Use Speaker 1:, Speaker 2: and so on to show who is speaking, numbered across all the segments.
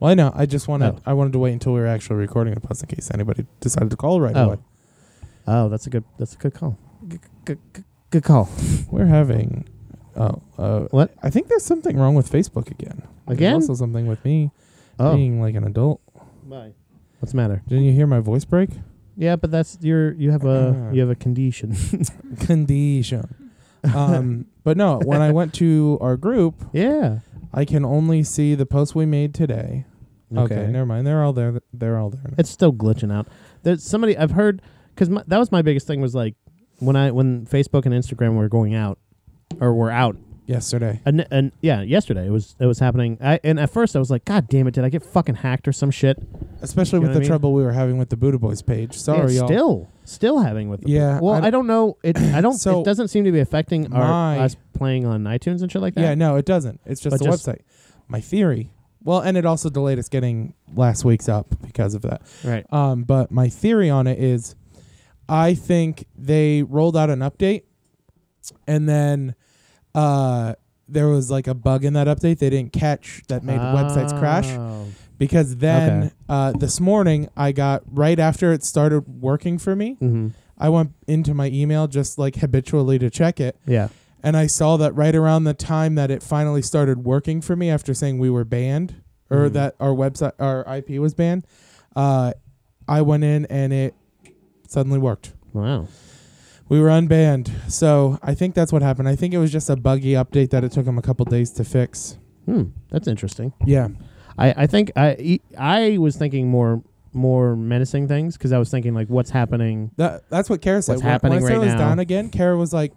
Speaker 1: Well, I know. I just wanted
Speaker 2: Oh.
Speaker 1: I wanted to wait until we were actually recording the post in case anybody decided to call right
Speaker 2: Oh.
Speaker 1: away.
Speaker 2: Oh, that's a good that's a good call. Good, good, good, good call.
Speaker 1: We're having. Oh, uh,
Speaker 2: What?
Speaker 1: I think there's something wrong with Facebook again. There's
Speaker 2: Again?
Speaker 1: also something with me
Speaker 2: Oh,
Speaker 1: being like an adult.
Speaker 2: what's the matter?
Speaker 1: Didn't you hear my voice break?
Speaker 2: Yeah, but that's your you have a
Speaker 1: Ah.
Speaker 2: you have a condition.
Speaker 1: Condition. um, but no, when I went to our group,
Speaker 2: yeah.
Speaker 1: I can only see the posts we made today. Okay, never mind. They're all there. They're all there.
Speaker 2: It's still glitching out. There's somebody I've heard because that was my biggest thing was like when I when Facebook and Instagram were going out or were out
Speaker 1: Yesterday.
Speaker 2: and and yeah yesterday it was it was happening. I and at first I was like, God damn it, did I get fucking hacked or some shit?
Speaker 1: Especially
Speaker 2: You know
Speaker 1: with
Speaker 2: what
Speaker 1: the
Speaker 2: I mean?
Speaker 1: trouble we were having with the Buddha Boys page. Sorry,
Speaker 2: Yeah,
Speaker 1: y'all.
Speaker 2: Still, still having with them.
Speaker 1: Yeah,
Speaker 2: Well,
Speaker 1: I
Speaker 2: I,
Speaker 1: d-
Speaker 2: don't know. It I don't.
Speaker 1: So,
Speaker 2: it doesn't seem to be affecting our
Speaker 1: my-
Speaker 2: us playing on iTunes and shit like that.
Speaker 1: Yeah, no, it doesn't. It's just
Speaker 2: But
Speaker 1: the
Speaker 2: just-
Speaker 1: website. My theory. Well, and it also delayed us getting last week's up because of that.
Speaker 2: Right.
Speaker 1: Um, but my theory on it is I think they rolled out an update and then uh, there was like a bug in that update they didn't catch that made websites crash.
Speaker 2: Oh.
Speaker 1: Because then
Speaker 2: Okay.
Speaker 1: uh, this morning I got right after it started working for me,
Speaker 2: Mhm.
Speaker 1: I went into my email just like habitually to check it.
Speaker 2: Yeah.
Speaker 1: And I saw that right around the time that it finally started working for me after saying we were banned or
Speaker 2: Mhm.
Speaker 1: that our website, our IP was banned, uh, I went in and it suddenly worked.
Speaker 2: Wow.
Speaker 1: We were unbanned. So I think that's what happened. I think it was just a buggy update that it took them a couple days to fix.
Speaker 2: Hmm. That's interesting.
Speaker 1: Yeah.
Speaker 2: I, I think I e- I was thinking more more menacing things because I was thinking like what's happening.
Speaker 1: That, that's what Kara said.
Speaker 2: What's
Speaker 1: when,
Speaker 2: happening
Speaker 1: when I
Speaker 2: right
Speaker 1: was
Speaker 2: now.
Speaker 1: down again, Kara was like,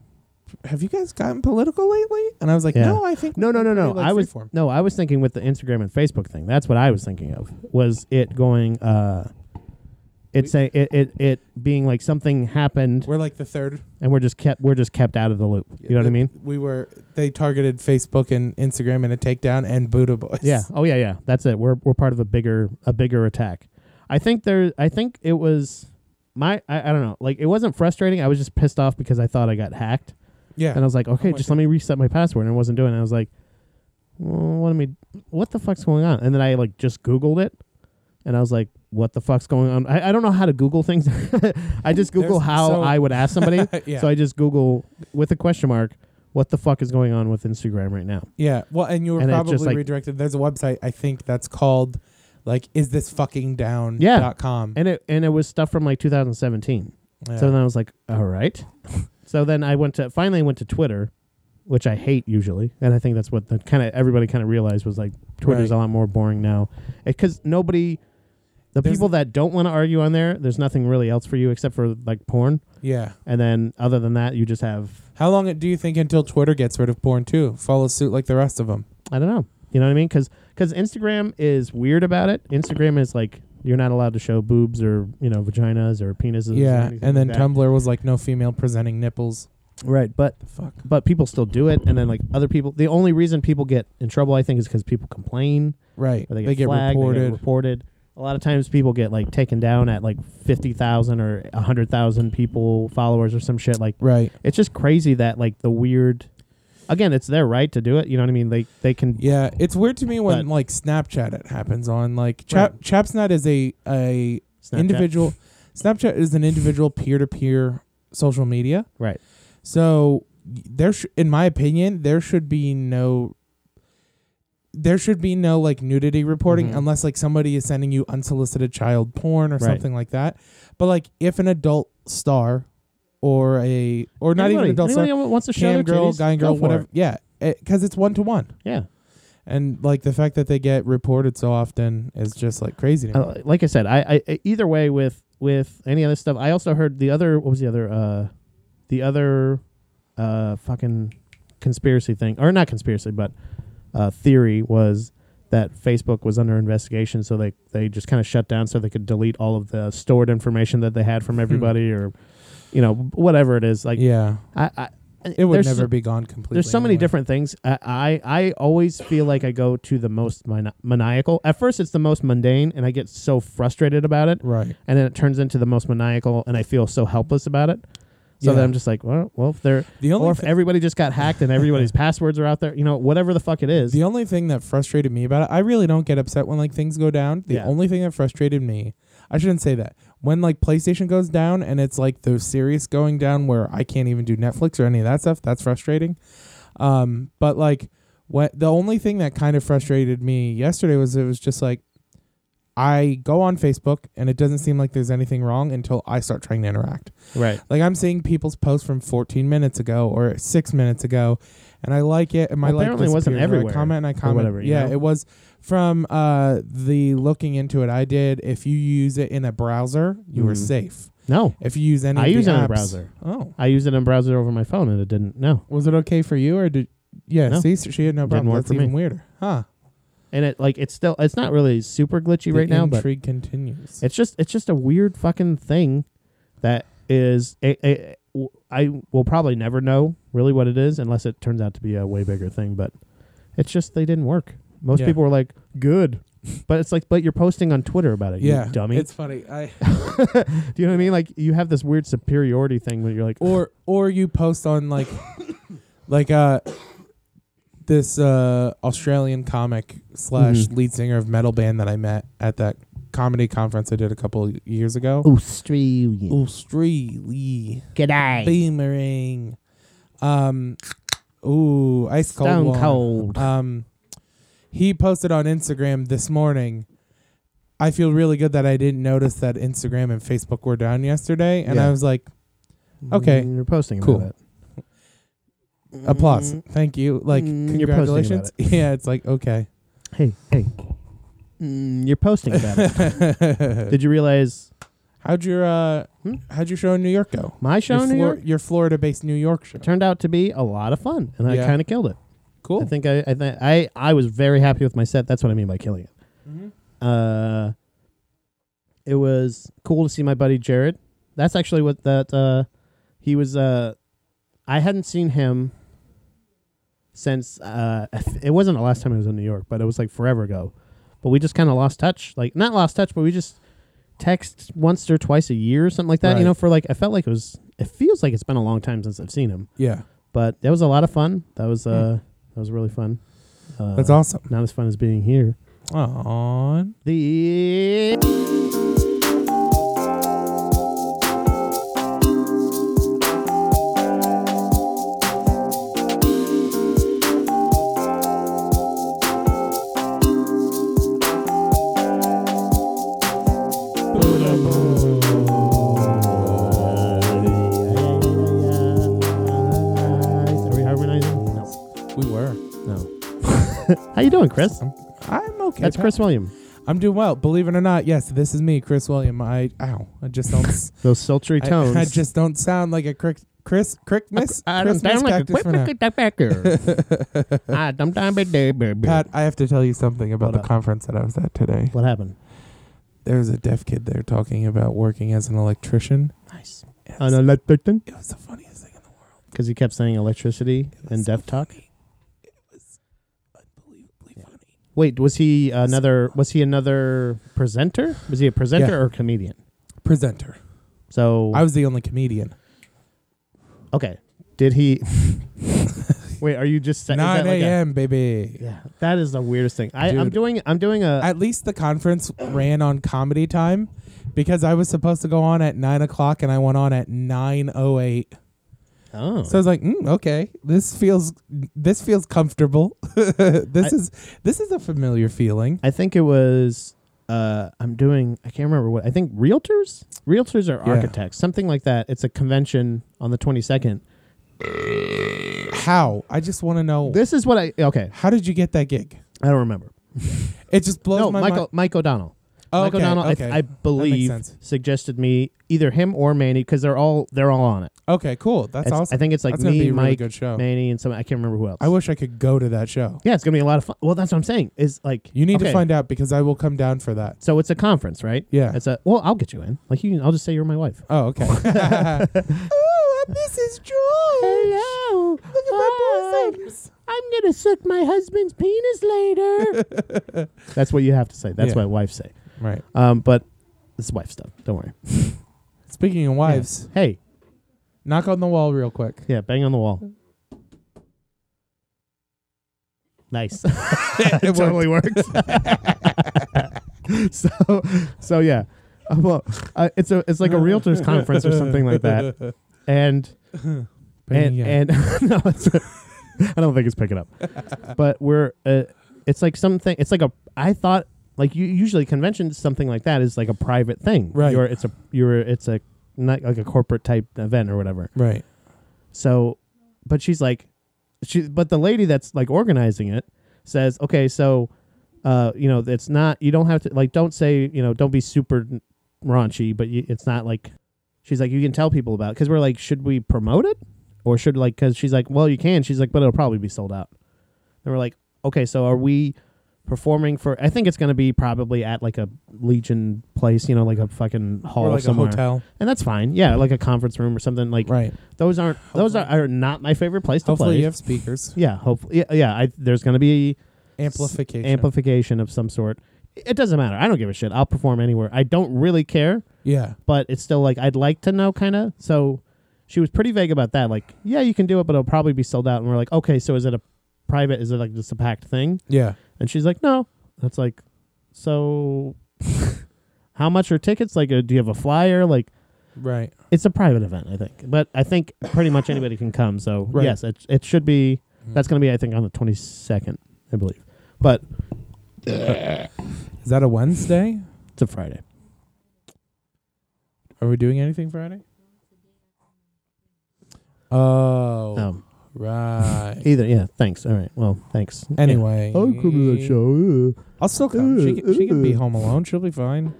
Speaker 1: have you guys gotten political lately? And I was like,
Speaker 2: Yeah.
Speaker 1: no, I think
Speaker 2: No, no, no, no.
Speaker 1: Like
Speaker 2: I was
Speaker 1: freeform."
Speaker 2: no, I was thinking with the Instagram and Facebook thing. That's what I was thinking of. Was it going? uh It's a, it, it it being like something happened
Speaker 1: We're like the third
Speaker 2: and we're just kept we're just kept out of the loop. You know what I mean?
Speaker 1: We were they targeted Facebook and Instagram in a takedown and Buddha Boys.
Speaker 2: Yeah. Oh yeah, yeah. That's it. We're we're part of a bigger a bigger attack. I think there I think it was my I, I don't know. Like it wasn't frustrating. I was just pissed off because I thought I got hacked.
Speaker 1: yeah.
Speaker 2: And I was like, okay,
Speaker 1: with
Speaker 2: just let me reset my password and it wasn't doing it. I was like, well, what am I what the fuck's going on? And then I like just Googled it and I was like, what the fuck's going on? I, I don't know how to Google things. I just Google
Speaker 1: There's-
Speaker 2: how
Speaker 1: so-
Speaker 2: I would ask somebody.
Speaker 1: yeah.
Speaker 2: So I just Google with a question mark, what the fuck is going on with Instagram right now?
Speaker 1: yeah. Well, and you were
Speaker 2: And it
Speaker 1: probably
Speaker 2: just, like-
Speaker 1: redirected. There's a website I think that's called like is this fucking down
Speaker 2: Yeah.
Speaker 1: dot com.
Speaker 2: And it and it was stuff from like 2017.
Speaker 1: Yeah.
Speaker 2: So then I was like, all right. so then I went to finally went to Twitter, which I hate usually, and I think that's what the kind of everybody kind of realized was like Twitter's
Speaker 1: Right.
Speaker 2: a lot more boring now, because nobody, the
Speaker 1: There's-
Speaker 2: people that don't want to argue on there, there's nothing really else for you except for like porn,
Speaker 1: yeah.
Speaker 2: and then other than that, you just have
Speaker 1: How long do you think until Twitter gets rid of porn too? Follows suit like the rest of them.
Speaker 2: I don't know, you know what I mean? Because Instagram is weird about it. Instagram is like you're not allowed to show boobs or you know vaginas or penises. or
Speaker 1: Yeah.
Speaker 2: anything
Speaker 1: And
Speaker 2: like
Speaker 1: then
Speaker 2: that.
Speaker 1: Tumblr was like no female presenting nipples.
Speaker 2: right, but
Speaker 1: The fuck.
Speaker 2: but people still do it and then like other people the only reason people get in trouble i think is because people complain
Speaker 1: Right.
Speaker 2: or they
Speaker 1: They
Speaker 2: get,
Speaker 1: get,
Speaker 2: flagged,
Speaker 1: reported.
Speaker 2: they get reported a lot of times people get like taken down at like 50000 or 100000 people followers or some shit like
Speaker 1: right.
Speaker 2: it's just crazy that like the weird again it's their right to do it you know what i mean they they can
Speaker 1: Yeah, it's weird to me when
Speaker 2: But-
Speaker 1: like Snapchat it happens on like Chap Chapsnet is a a
Speaker 2: Snapchat.
Speaker 1: individual Snapchat is an individual peer to peer social media.
Speaker 2: Right.
Speaker 1: So y- there sh- in my opinion there should be no there should be no like nudity reporting
Speaker 2: Mhm.
Speaker 1: unless like somebody is sending you unsolicited child porn or
Speaker 2: Right.
Speaker 1: something like that. But like if an adult star or a or not even
Speaker 2: Anybody-
Speaker 1: an adult
Speaker 2: anybody
Speaker 1: star,
Speaker 2: who wants to show
Speaker 1: cam
Speaker 2: their
Speaker 1: girl,
Speaker 2: titties,
Speaker 1: guy and
Speaker 2: go
Speaker 1: girl,
Speaker 2: for
Speaker 1: whatever.
Speaker 2: it.
Speaker 1: Yeah, because it's one to one.
Speaker 2: yeah
Speaker 1: And like the fact that they get reported so often is just like crazy. To me.
Speaker 2: Uh, like I said, I, I either way with with any other stuff. I also heard the other what was the other uh the other uh fucking conspiracy thing or not conspiracy but uh theory was that Facebook was under investigation so they they just kind of shut down so they could delete all of the stored information that they had from everybody or you know whatever it is like
Speaker 1: Hmm. yeah,
Speaker 2: I, I
Speaker 1: it would
Speaker 2: there's-
Speaker 1: never be gone completely.
Speaker 2: there's so many
Speaker 1: anyway.
Speaker 2: different things. I, I I always feel like I go to the most mani- maniacal. At first, it's the most mundane, and I get so frustrated about it,
Speaker 1: Right.
Speaker 2: and then it turns into the most maniacal, and I feel so helpless about it. So
Speaker 1: Yeah.
Speaker 2: then I'm just like, well, well, if they're
Speaker 1: The only
Speaker 2: or if
Speaker 1: thi-
Speaker 2: everybody just got hacked and everybody's passwords are out there, you know, whatever the fuck it is.
Speaker 1: The only thing that frustrated me about it, I really don't get upset when like things go down. The
Speaker 2: Yeah.
Speaker 1: only thing that frustrated me, I shouldn't say that. When like PlayStation goes down and it's like the series going down where I can't even do Netflix or any of that stuff, that's frustrating. Um, but like what the only thing that kind of frustrated me yesterday was it was just like I go on Facebook and it doesn't seem like there's anything wrong until I start trying to interact.
Speaker 2: right.
Speaker 1: Like I'm seeing people's posts from 14 minutes ago or six minutes ago, and I like it. And my
Speaker 2: Well,
Speaker 1: like
Speaker 2: apparently it wasn't
Speaker 1: disappears, or I
Speaker 2: everywhere
Speaker 1: comment and I comment.
Speaker 2: whatever, you
Speaker 1: yeah,
Speaker 2: know?
Speaker 1: it was from uh, the looking into it I did. If you use it in a browser, you are
Speaker 2: Mhm.
Speaker 1: safe.
Speaker 2: No,
Speaker 1: If you use any,
Speaker 2: I
Speaker 1: of the
Speaker 2: use it in
Speaker 1: apps-
Speaker 2: a browser.
Speaker 1: Oh,
Speaker 2: I used it in a browser over my phone, and it didn't. No,
Speaker 1: was it okay for you or did? Yeah,
Speaker 2: No.
Speaker 1: see, so she had no
Speaker 2: Didn't
Speaker 1: problem.
Speaker 2: work
Speaker 1: That's
Speaker 2: for me.
Speaker 1: even weirder, huh?
Speaker 2: and it like it's still it's not really super glitchy right
Speaker 1: the
Speaker 2: now, but
Speaker 1: intrigue continues.
Speaker 2: it's just it's just a weird fucking thing that is. It, it, I will probably never know really what it is unless it turns out to be a way bigger thing. But it's just they didn't work. Most
Speaker 1: Yeah.
Speaker 2: people were like, "Good," but it's like, but you're posting on Twitter about it,
Speaker 1: yeah,
Speaker 2: you dummy.
Speaker 1: It's funny. I
Speaker 2: Do you know what I mean? Like you have this weird superiority thing where you're like,
Speaker 1: or or you post on like like uh this uh Australian comic slash
Speaker 2: Mhm.
Speaker 1: lead singer of metal band that I met at that comedy conference I did a couple years ago.
Speaker 2: Australian.
Speaker 1: Australia
Speaker 2: G'day.
Speaker 1: boomerang. Um ooh, ice cold.
Speaker 2: Stone
Speaker 1: one.
Speaker 2: cold.
Speaker 1: Um he posted on Instagram this morning. I feel really good that I didn't notice that Instagram and Facebook were down yesterday and
Speaker 2: Yeah.
Speaker 1: I was like okay.
Speaker 2: You're posting about
Speaker 1: Cool.
Speaker 2: it.
Speaker 1: applause.
Speaker 2: Mm-hmm.
Speaker 1: Thank you. Like
Speaker 2: Mm, you're posting
Speaker 1: congratulations.
Speaker 2: about
Speaker 1: Yeah, it's like okay.
Speaker 2: Mm-hmm. Hey, hey. Mm, you're posting about it. Did you realize
Speaker 1: how'd your uh
Speaker 2: Hmm?
Speaker 1: how'd your show in New York go?
Speaker 2: my show
Speaker 1: your
Speaker 2: in New
Speaker 1: Flor-
Speaker 2: York
Speaker 1: your Florida-based New York show.
Speaker 2: turned out to be a lot of fun, and I
Speaker 1: Yeah.
Speaker 2: kind of killed it.
Speaker 1: Cool.
Speaker 2: I think I I, th- I I was very happy with my set. That's what I mean by killing it.
Speaker 1: Mhm.
Speaker 2: Uh, it was cool to see my buddy Jared. That's actually what that uh, he was. Uh, I hadn't seen him since uh, it wasn't the last time I was in New York, but it was like forever ago. But we just kind of lost touch, like not lost touch, but we just text once or twice a year or something like that. You
Speaker 1: Right.
Speaker 2: know, for like I felt like it was. It feels like it's been a long time since I've seen him
Speaker 1: Yeah,
Speaker 2: but that was a lot of fun. That was
Speaker 1: Hmm.
Speaker 2: uh, that was really fun. Uh,
Speaker 1: that's awesome.
Speaker 2: Not as fun as being here.
Speaker 1: On
Speaker 2: The are we harmonizing? No,
Speaker 1: we were.
Speaker 2: no. How you doing, Chris?
Speaker 1: I'm okay.
Speaker 2: That's
Speaker 1: pal.
Speaker 2: Chris William.
Speaker 1: I'm doing well. Believe it or not, yes, this is me, Chris William. I ow, I just don't. s-
Speaker 2: Those sultry
Speaker 1: I-
Speaker 2: tones.
Speaker 1: I, just don't sound like a crick, Chris Crickness. Christmas cactus for now.
Speaker 2: Ah,
Speaker 1: Pat, I have to tell you something about
Speaker 2: Hold
Speaker 1: the
Speaker 2: up.
Speaker 1: conference that I was at today.
Speaker 2: What happened?
Speaker 1: There was a deaf kid there talking about working as an electrician.
Speaker 2: Nice.
Speaker 1: It was,
Speaker 2: An electrician?
Speaker 1: it was the funniest thing in the world.
Speaker 2: Because he kept saying electricity
Speaker 1: It was
Speaker 2: and
Speaker 1: so
Speaker 2: deaf talk.
Speaker 1: funny. It was unbelievably
Speaker 2: Yeah.
Speaker 1: funny.
Speaker 2: Wait, was he another? Was he another presenter? Was he a presenter
Speaker 1: Yeah.
Speaker 2: or comedian?
Speaker 1: Presenter.
Speaker 2: So
Speaker 1: I was the only comedian.
Speaker 2: okay. Did he? Wait, are you just saying?
Speaker 1: 9
Speaker 2: like a,
Speaker 1: a.m., baby.
Speaker 2: yeah, that is the weirdest thing. I, I'm
Speaker 1: Dude.
Speaker 2: doing. I'm doing a.
Speaker 1: At least the conference ran on comedy time because I was supposed to go on at 9 o'clock and I went on at 9.08.
Speaker 2: oh,
Speaker 1: So I was like, mm, okay, this feels this feels comfortable. this
Speaker 2: I-
Speaker 1: is this is a familiar feeling.
Speaker 2: I think it was. Uh, I'm doing. I can't remember what. I think realtors. Realtors are
Speaker 1: Yeah.
Speaker 2: architects, something like that. It's a convention on the 22nd.
Speaker 1: How? I just want to know
Speaker 2: This is what I. Okay,
Speaker 1: how did you get that gig?
Speaker 2: I don't remember.
Speaker 1: It just blows
Speaker 2: No,
Speaker 1: my
Speaker 2: Michael.
Speaker 1: mind.
Speaker 2: Mike O'Donnell.
Speaker 1: Oh,
Speaker 2: Mike
Speaker 1: okay,
Speaker 2: O'Donnell. I,
Speaker 1: okay.
Speaker 2: I believe
Speaker 1: sense.
Speaker 2: suggested me either him or Manny because they're all they're all on it.
Speaker 1: Okay, cool. That's
Speaker 2: It's-
Speaker 1: awesome.
Speaker 2: I think it's like
Speaker 1: That's gonna
Speaker 2: me,
Speaker 1: be a really
Speaker 2: Mike,
Speaker 1: good show.
Speaker 2: Manny, and some. I can't remember who else.
Speaker 1: I wish I could go to that show.
Speaker 2: yeah, it's gonna be a lot of fun. Well, that's what I'm saying. Is like
Speaker 1: You need to
Speaker 2: okay,
Speaker 1: find out because I will come down for that.
Speaker 2: So it's a conference, right?
Speaker 1: Yeah.
Speaker 2: It's a well. I'll get you in. Like you. Can, I'll just say you're my wife.
Speaker 1: Oh, okay. Oh, Ooh, I'm Mrs. George.
Speaker 2: Hello.
Speaker 1: Look at my bosoms.
Speaker 2: I'm gonna suck my husband's penis later. That's what you have to say. That's
Speaker 1: Yeah.
Speaker 2: what wives say.
Speaker 1: Right.
Speaker 2: Um, but it's wife stuff. Don't worry.
Speaker 1: Speaking of wives,
Speaker 2: Hey,
Speaker 1: Knock on the wall real quick.
Speaker 2: Yeah, bang on the wall. Nice.
Speaker 1: It
Speaker 2: totally worked. so, so yeah. Uh, well, uh, it's a it's like a realtors conference or something like that, and and and no, it's I don't think it's picking up. But we're uh, it's like something. It's like a I thought like you usually conventions something like that is like a private thing.
Speaker 1: Right.
Speaker 2: You're it's a you're it's a not like a corporate type event or whatever.
Speaker 1: right.
Speaker 2: So, but she's like, she but the lady that's like organizing it says, okay, so, uh, you know, it's not you don't have to like don't say you know don't be super raunchy, but you, it's not like she's like you can tell people about because we're like should we promote it or should like because she's like well you can she's like but it'll probably be sold out and we're like okay so are we performing for I think it's gonna be probably at like a Legion place you know like a fucking hall
Speaker 1: Or like
Speaker 2: somewhere
Speaker 1: a hotel.
Speaker 2: and that's fine yeah like a conference room or something like
Speaker 1: Right.
Speaker 2: those aren't those are,
Speaker 1: Hopefully.
Speaker 2: are not my favorite place to
Speaker 1: Hopefully
Speaker 2: play.
Speaker 1: you have speakers.
Speaker 2: yeah, hopefully, yeah, yeah I, there's going to be
Speaker 1: Amplification.
Speaker 2: amplification of some sort. It doesn't matter. I don't give a shit. I'll perform anywhere. I don't really care,
Speaker 1: yeah.
Speaker 2: but it's still like I'd like to know, kind of. So she was pretty vague about that. Like, yeah, you can do it, but it'll probably be sold out. And we're like, okay, so is it a private? Is it like just a packed thing?
Speaker 1: Yeah.
Speaker 2: And she's like, no. That's like, so how much are tickets? Like, uh, do you have a flyer? Like.
Speaker 1: Right.
Speaker 2: it's a private event, I think. But I think pretty much anybody can come. So
Speaker 1: Right.
Speaker 2: yes, it it should be.
Speaker 1: Mm-hmm.
Speaker 2: That's going to be, I think, on the twenty second, I believe. But
Speaker 1: Is that a Wednesday?
Speaker 2: it's a Friday.
Speaker 1: Are we doing anything Friday? Oh.
Speaker 2: Um,
Speaker 1: Right.
Speaker 2: either yeah. Thanks. All right. Well, thanks.
Speaker 1: Anyway.
Speaker 2: Yeah. Oh, I'll come to that show. uh.
Speaker 1: I'll still come. She can, she can be home alone. She'll be fine.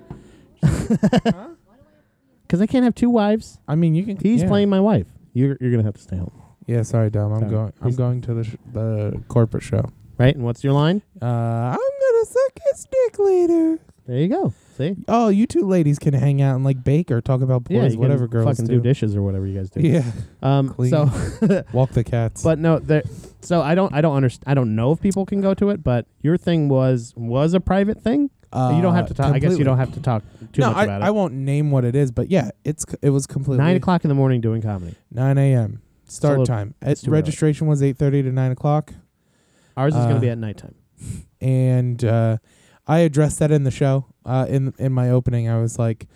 Speaker 2: Cause I can't have two wives.
Speaker 1: I mean, you can.
Speaker 2: He's
Speaker 1: yeah.
Speaker 2: playing my wife. You're you're gonna have to stay home,
Speaker 1: Yeah, sorry, Dom. I'm
Speaker 2: Sorry.
Speaker 1: going. I'm
Speaker 2: He's-
Speaker 1: going to the sh- the corporate show.
Speaker 2: right? And what's your line?
Speaker 1: Uh, I'm gonna suck his dick later.
Speaker 2: There you go. See,
Speaker 1: Oh, you two ladies can hang out and like bake or talk about
Speaker 2: yeah,
Speaker 1: boys,
Speaker 2: you
Speaker 1: whatever
Speaker 2: can
Speaker 1: girls
Speaker 2: fucking do dishes or whatever you guys do.
Speaker 1: Yeah,
Speaker 2: Um.
Speaker 1: Clean.
Speaker 2: So,
Speaker 1: walk the cats.
Speaker 2: but no, there. So I don't I don't understand. I don't know if people can go to it. But your thing was was a private thing.
Speaker 1: uh,
Speaker 2: you don't have to talk. I guess
Speaker 1: completely.
Speaker 2: you don't have to talk too
Speaker 1: no,
Speaker 2: much
Speaker 1: I,
Speaker 2: about
Speaker 1: I
Speaker 2: it.
Speaker 1: won't name what it is, but yeah, it's c- it was completely
Speaker 2: Nine o'clock in the morning doing comedy.
Speaker 1: 9 a.m. start
Speaker 2: little-
Speaker 1: time.
Speaker 2: it's
Speaker 1: At
Speaker 2: too early.
Speaker 1: registration was eight thirty to nine o'clock,
Speaker 2: Ours is going
Speaker 1: Uh,
Speaker 2: to be at nighttime.
Speaker 1: and uh, I addressed that in the show. Uh, in in my opening, I was like,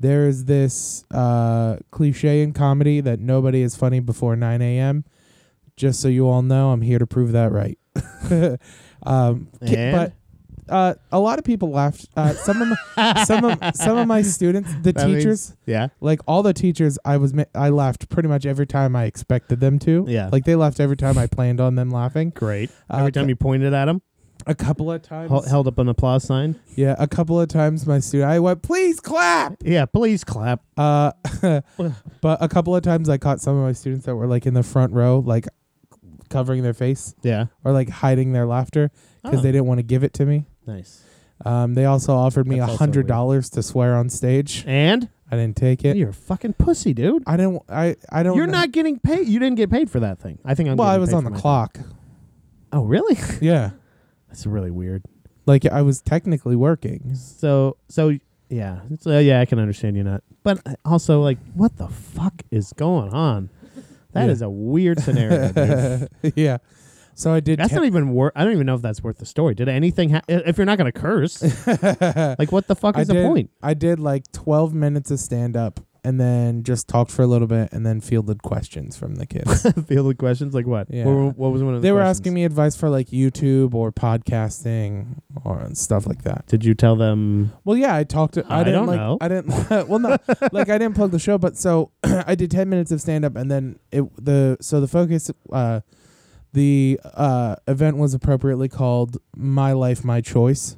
Speaker 1: "There is this uh, cliche in comedy that nobody is funny before 9 a.m." Just so you all know, I'm here to prove that right. um, ki-
Speaker 2: And?
Speaker 1: but uh, a lot of people laughed. Uh, some of my, some of some of my students, the
Speaker 2: That means-
Speaker 1: teachers,
Speaker 2: Yeah,
Speaker 1: like all the teachers, I was ma- I laughed pretty much every time I expected them to.
Speaker 2: Yeah.
Speaker 1: like they laughed every time I planned on them laughing.
Speaker 2: great.
Speaker 1: Uh,
Speaker 2: Every time you pointed at him,
Speaker 1: A couple of times.
Speaker 2: hel- held up an applause sign.
Speaker 1: Yeah, a couple of times my student I went, please clap.
Speaker 2: Yeah, please clap.
Speaker 1: Uh, but a couple of times I caught some of my students that were like in the front row, like covering their face
Speaker 2: Yeah,
Speaker 1: or like hiding their laughter because
Speaker 2: Oh.
Speaker 1: they didn't want to give it to me.
Speaker 2: nice.
Speaker 1: Um, they also offered me
Speaker 2: That's
Speaker 1: a
Speaker 2: also
Speaker 1: hundred dollars to swear on stage.
Speaker 2: And
Speaker 1: I didn't take it.
Speaker 2: you're a fucking pussy, dude.
Speaker 1: I didn't. I I don't.
Speaker 2: You're
Speaker 1: know-
Speaker 2: not getting paid. You didn't get paid for that thing. I think I'm.
Speaker 1: Well, I
Speaker 2: getting
Speaker 1: was
Speaker 2: paid
Speaker 1: on
Speaker 2: for
Speaker 1: the
Speaker 2: my-
Speaker 1: clock.
Speaker 2: Oh, really?
Speaker 1: Yeah,
Speaker 2: That's really weird.
Speaker 1: like I was technically working.
Speaker 2: So, so yeah, so yeah, I can understand you not. But uh, also, like, what the fuck is going on? That is
Speaker 1: Yeah.
Speaker 2: a weird scenario. dude.
Speaker 1: yeah. So I did.
Speaker 2: That's
Speaker 1: ta-
Speaker 2: not even worth. I don't even know if that's worth the story. Did anything? Ha- if you're not going to curse, like what the fuck
Speaker 1: I
Speaker 2: is the
Speaker 1: did,
Speaker 2: point?
Speaker 1: I did like 12 minutes of stand up and then just talked for a little bit and then fielded questions from the kids.
Speaker 2: Fielded questions like what?
Speaker 1: Yeah.
Speaker 2: What, were- what was one of the
Speaker 1: they were asking me advice for like YouTube or podcasting or stuff like that.
Speaker 2: Did you tell them?
Speaker 1: Well, yeah, I talked to I,
Speaker 2: I
Speaker 1: didn't
Speaker 2: don't
Speaker 1: like
Speaker 2: know.
Speaker 1: I didn't well no, like I didn't plug the show, but so I did 10 minutes of stand up and then it the so the focus uh the uh event was appropriately called My Life My Choice.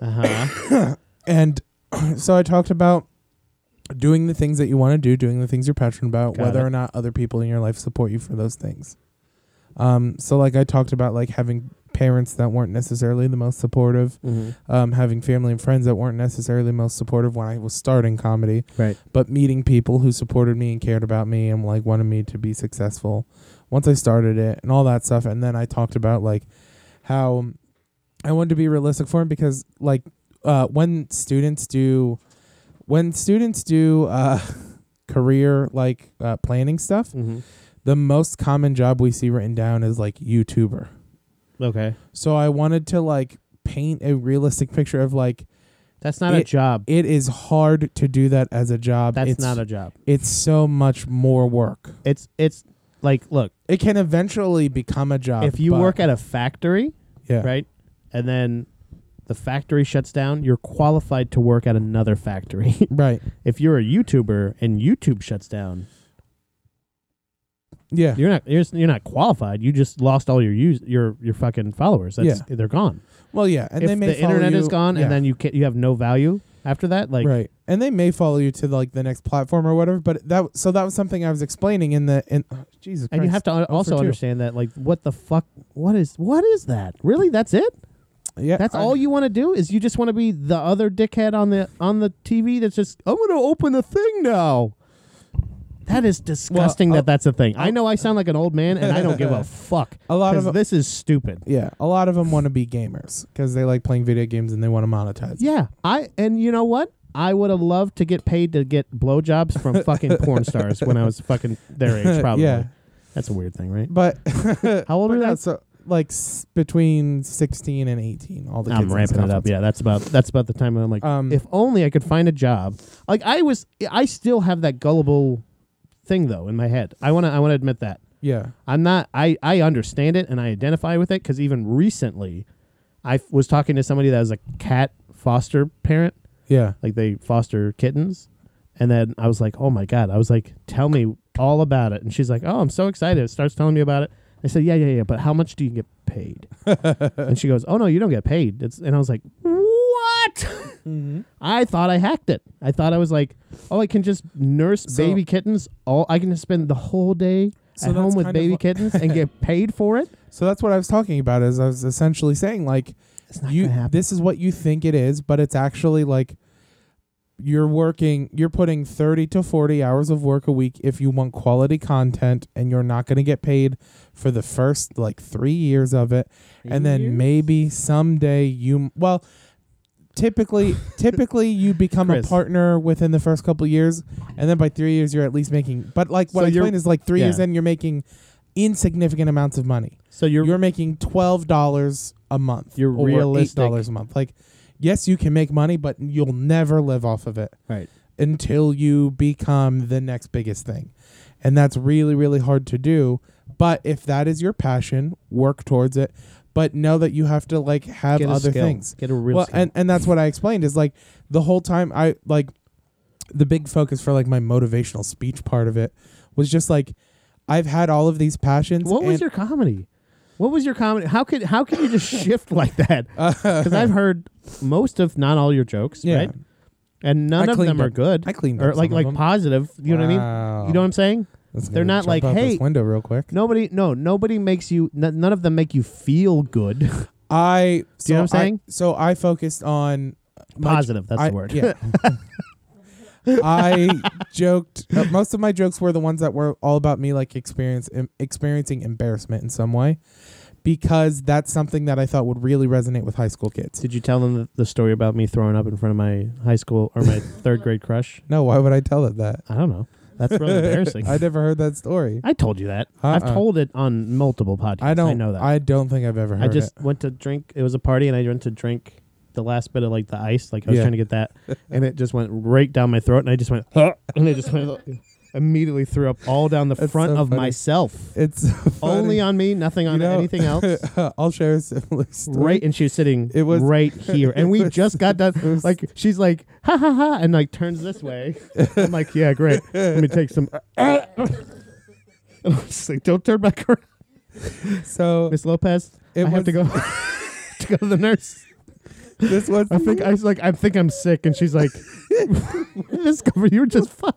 Speaker 2: Uh huh.
Speaker 1: And so I talked about doing the things that you want to do, doing the things you're passionate about,
Speaker 2: Got
Speaker 1: whether
Speaker 2: it.
Speaker 1: or not other people in your life support you for those things. Um, so like I talked about like having parents that weren't necessarily the most supportive, um, having family and friends that weren't necessarily the most supportive when I was starting comedy,
Speaker 2: Right.
Speaker 1: but meeting people who supported me and cared about me and like wanted me to be successful once I started it and all that stuff. And then I talked about like how I wanted to be realistic for him because like uh, when students do when students do uh, career like uh, planning stuff,
Speaker 2: Mm-hmm.
Speaker 1: the most common job we see written down is like YouTuber.
Speaker 2: Okay,
Speaker 1: So I wanted to like paint a realistic picture of like
Speaker 2: that's not a
Speaker 1: It-
Speaker 2: job.
Speaker 1: it is hard to do that as a job.
Speaker 2: That's
Speaker 1: it's,
Speaker 2: not a job.
Speaker 1: It's so much more work.
Speaker 2: It's it's like look,
Speaker 1: It can eventually become a job.
Speaker 2: if you
Speaker 1: Uh, but-
Speaker 2: work at a factory,
Speaker 1: yeah,
Speaker 2: right, and then the factory shuts down, you're qualified to work at another factory.
Speaker 1: right,
Speaker 2: if you're a YouTuber and YouTube shuts down,
Speaker 1: yeah,
Speaker 2: you're not you're, you're not qualified. You just lost all your use your your fucking followers. That's, They're gone.
Speaker 1: well, yeah, and
Speaker 2: if
Speaker 1: they may
Speaker 2: the
Speaker 1: follow
Speaker 2: internet
Speaker 1: you,
Speaker 2: is gone,
Speaker 1: yeah.
Speaker 2: and then you can, you have no value after that. Like
Speaker 1: right, and they may follow you to like the next platform or whatever. But that so that was something I was explaining in the in oh, Jesus
Speaker 2: And you
Speaker 1: Christ.
Speaker 2: have to al-
Speaker 1: for
Speaker 2: also
Speaker 1: two.
Speaker 2: understand that, like, what the fuck? What is what is that? Really? That's it?
Speaker 1: yeah,
Speaker 2: That's
Speaker 1: I-
Speaker 2: all you want to do? Is you just want to be the other dickhead on the on the TV? That's just I'm going to open a thing now. That is disgusting.
Speaker 1: I'll-
Speaker 2: that that's a thing. I know I sound like an old man, and I don't give a fuck.
Speaker 1: A lot of
Speaker 2: 'cause this is stupid.
Speaker 1: yeah, a lot of them want to be gamers because they like playing video games and they want to monetize.
Speaker 2: Yeah, I and you know what? I would have loved to get paid to get blowjobs from fucking porn stars when I was fucking their age. Probably.
Speaker 1: Yeah.
Speaker 2: That's a weird thing, right?
Speaker 1: But
Speaker 2: How old
Speaker 1: but
Speaker 2: are
Speaker 1: no,
Speaker 2: they?
Speaker 1: So like s- between sixteen and eighteen, all the
Speaker 2: I'm
Speaker 1: kids in
Speaker 2: ramping it up.
Speaker 1: Wisconsin.
Speaker 2: Yeah, that's about that's about the time I'm like,
Speaker 1: Um,
Speaker 2: if only I could find a job. Like I was, I still have that gullible thing though in my head. I wanna, I wanna admit that
Speaker 1: yeah,
Speaker 2: I'm not. I I understand it and I identify with it because even recently, I f- was talking to somebody that was a cat foster parent,
Speaker 1: yeah,
Speaker 2: like they foster kittens, and then I was like, oh my god, I was like, tell me all about it, and she's like, oh, I'm so excited. Starts telling me about it. I said, yeah, yeah, yeah, but how much do you get paid? and she goes, oh no, you don't get paid. It's, and I was like, what?
Speaker 1: mm-hmm.
Speaker 2: I thought I hacked it. I thought I was like, oh, I can just nurse
Speaker 1: So-
Speaker 2: baby kittens. All I can just spend the whole day
Speaker 1: So
Speaker 2: at home
Speaker 1: that's
Speaker 2: with
Speaker 1: kind of
Speaker 2: baby
Speaker 1: what-
Speaker 2: kittens and get paid for it.
Speaker 1: So that's what I was talking about. Is I was essentially saying like
Speaker 2: It's not
Speaker 1: you
Speaker 2: gonna happen.
Speaker 1: this is what you think it is, but it's actually like you're working you're putting 30 to 40 hours of work a week if you want quality content and you're not going to get paid for the first like 3 years of it and then maybe someday you well typically typically you become a
Speaker 2: Chris.
Speaker 1: partner within the first couple years and then by 3 years you're at least making but like what
Speaker 2: So
Speaker 1: I
Speaker 2: you're-
Speaker 1: explained is like 3
Speaker 2: yeah.
Speaker 1: years in you're making insignificant amounts of money
Speaker 2: so you're,
Speaker 1: you're making twelve dollars a month.
Speaker 2: You're
Speaker 1: or
Speaker 2: realistic.
Speaker 1: Eight dollars a month. Like, yes, you can make money, but you'll never live off of it
Speaker 2: right.
Speaker 1: until you become the next biggest thing, and that's really really hard to do. But if that is your passion, work towards it. But know that you have to like have
Speaker 2: Get a
Speaker 1: other
Speaker 2: skill.
Speaker 1: things
Speaker 2: Get a real
Speaker 1: well,
Speaker 2: skill.
Speaker 1: and and that's what I explained is like the whole time I like the big focus for like my motivational speech part of it was just like I've had all of these passions.
Speaker 2: what was
Speaker 1: and-
Speaker 2: your comedy? What was your comedy? How could how can you just shift like that? Because I've heard most of not all your jokes,
Speaker 1: Yeah.
Speaker 2: right? And
Speaker 1: I
Speaker 2: none of
Speaker 1: cleaned
Speaker 2: them are
Speaker 1: up-
Speaker 2: good
Speaker 1: I cleaned
Speaker 2: or
Speaker 1: up
Speaker 2: like
Speaker 1: some of
Speaker 2: like
Speaker 1: them.
Speaker 2: positive. You know what I mean? You know what I'm saying?
Speaker 1: Let's
Speaker 2: They're
Speaker 1: go
Speaker 2: not
Speaker 1: jump
Speaker 2: like,
Speaker 1: out
Speaker 2: "Hey."
Speaker 1: this window real quick.
Speaker 2: Nobody, no, nobody makes you. N- none of them make you feel good.
Speaker 1: I. So
Speaker 2: you know what I'm
Speaker 1: I-
Speaker 2: saying?
Speaker 1: so I focused on uh, my-
Speaker 2: Positive. That's
Speaker 1: I-
Speaker 2: the word.
Speaker 1: Yeah. I joked. uh, most of my jokes were the ones that were all about me, like experience em- experiencing embarrassment in some way, because that's something that I thought would really resonate with high school kids.
Speaker 2: Did you tell them the, the story about me throwing up in front of my high school or my third grade crush?
Speaker 1: No, why would I tell it that?
Speaker 2: I don't know. That's really embarrassing.
Speaker 1: I
Speaker 2: I,
Speaker 1: never heard that story.
Speaker 2: told you that.
Speaker 1: Uh-uh.
Speaker 2: I've told it on multiple podcasts.
Speaker 1: I don't
Speaker 2: know that.
Speaker 1: I don't think I've ever heard
Speaker 2: I just
Speaker 1: it.
Speaker 2: went to drink. It was a party, and I went to drink the last bit of like the ice. Like I was
Speaker 1: Yeah.
Speaker 2: trying to get that, and it just went right down my throat, and I just went, and I just went, immediately threw up all down the
Speaker 1: That's
Speaker 2: front
Speaker 1: so
Speaker 2: of
Speaker 1: funny.
Speaker 2: myself.
Speaker 1: It's
Speaker 2: Only
Speaker 1: funny.
Speaker 2: on me, nothing on
Speaker 1: You know-
Speaker 2: anything else.
Speaker 1: I'll share a similar story.
Speaker 2: right and she was sitting
Speaker 1: It was-
Speaker 2: right here and we just got done
Speaker 1: was-
Speaker 2: like she's like ha ha ha and like turns this way i'm like yeah great let me take some and i'm just like don't turn back around
Speaker 1: So
Speaker 2: miss lopez
Speaker 1: It
Speaker 2: i have to go to go to the nurse
Speaker 1: this was
Speaker 2: i think i was like i think i'm sick and she's like this cover you were just fine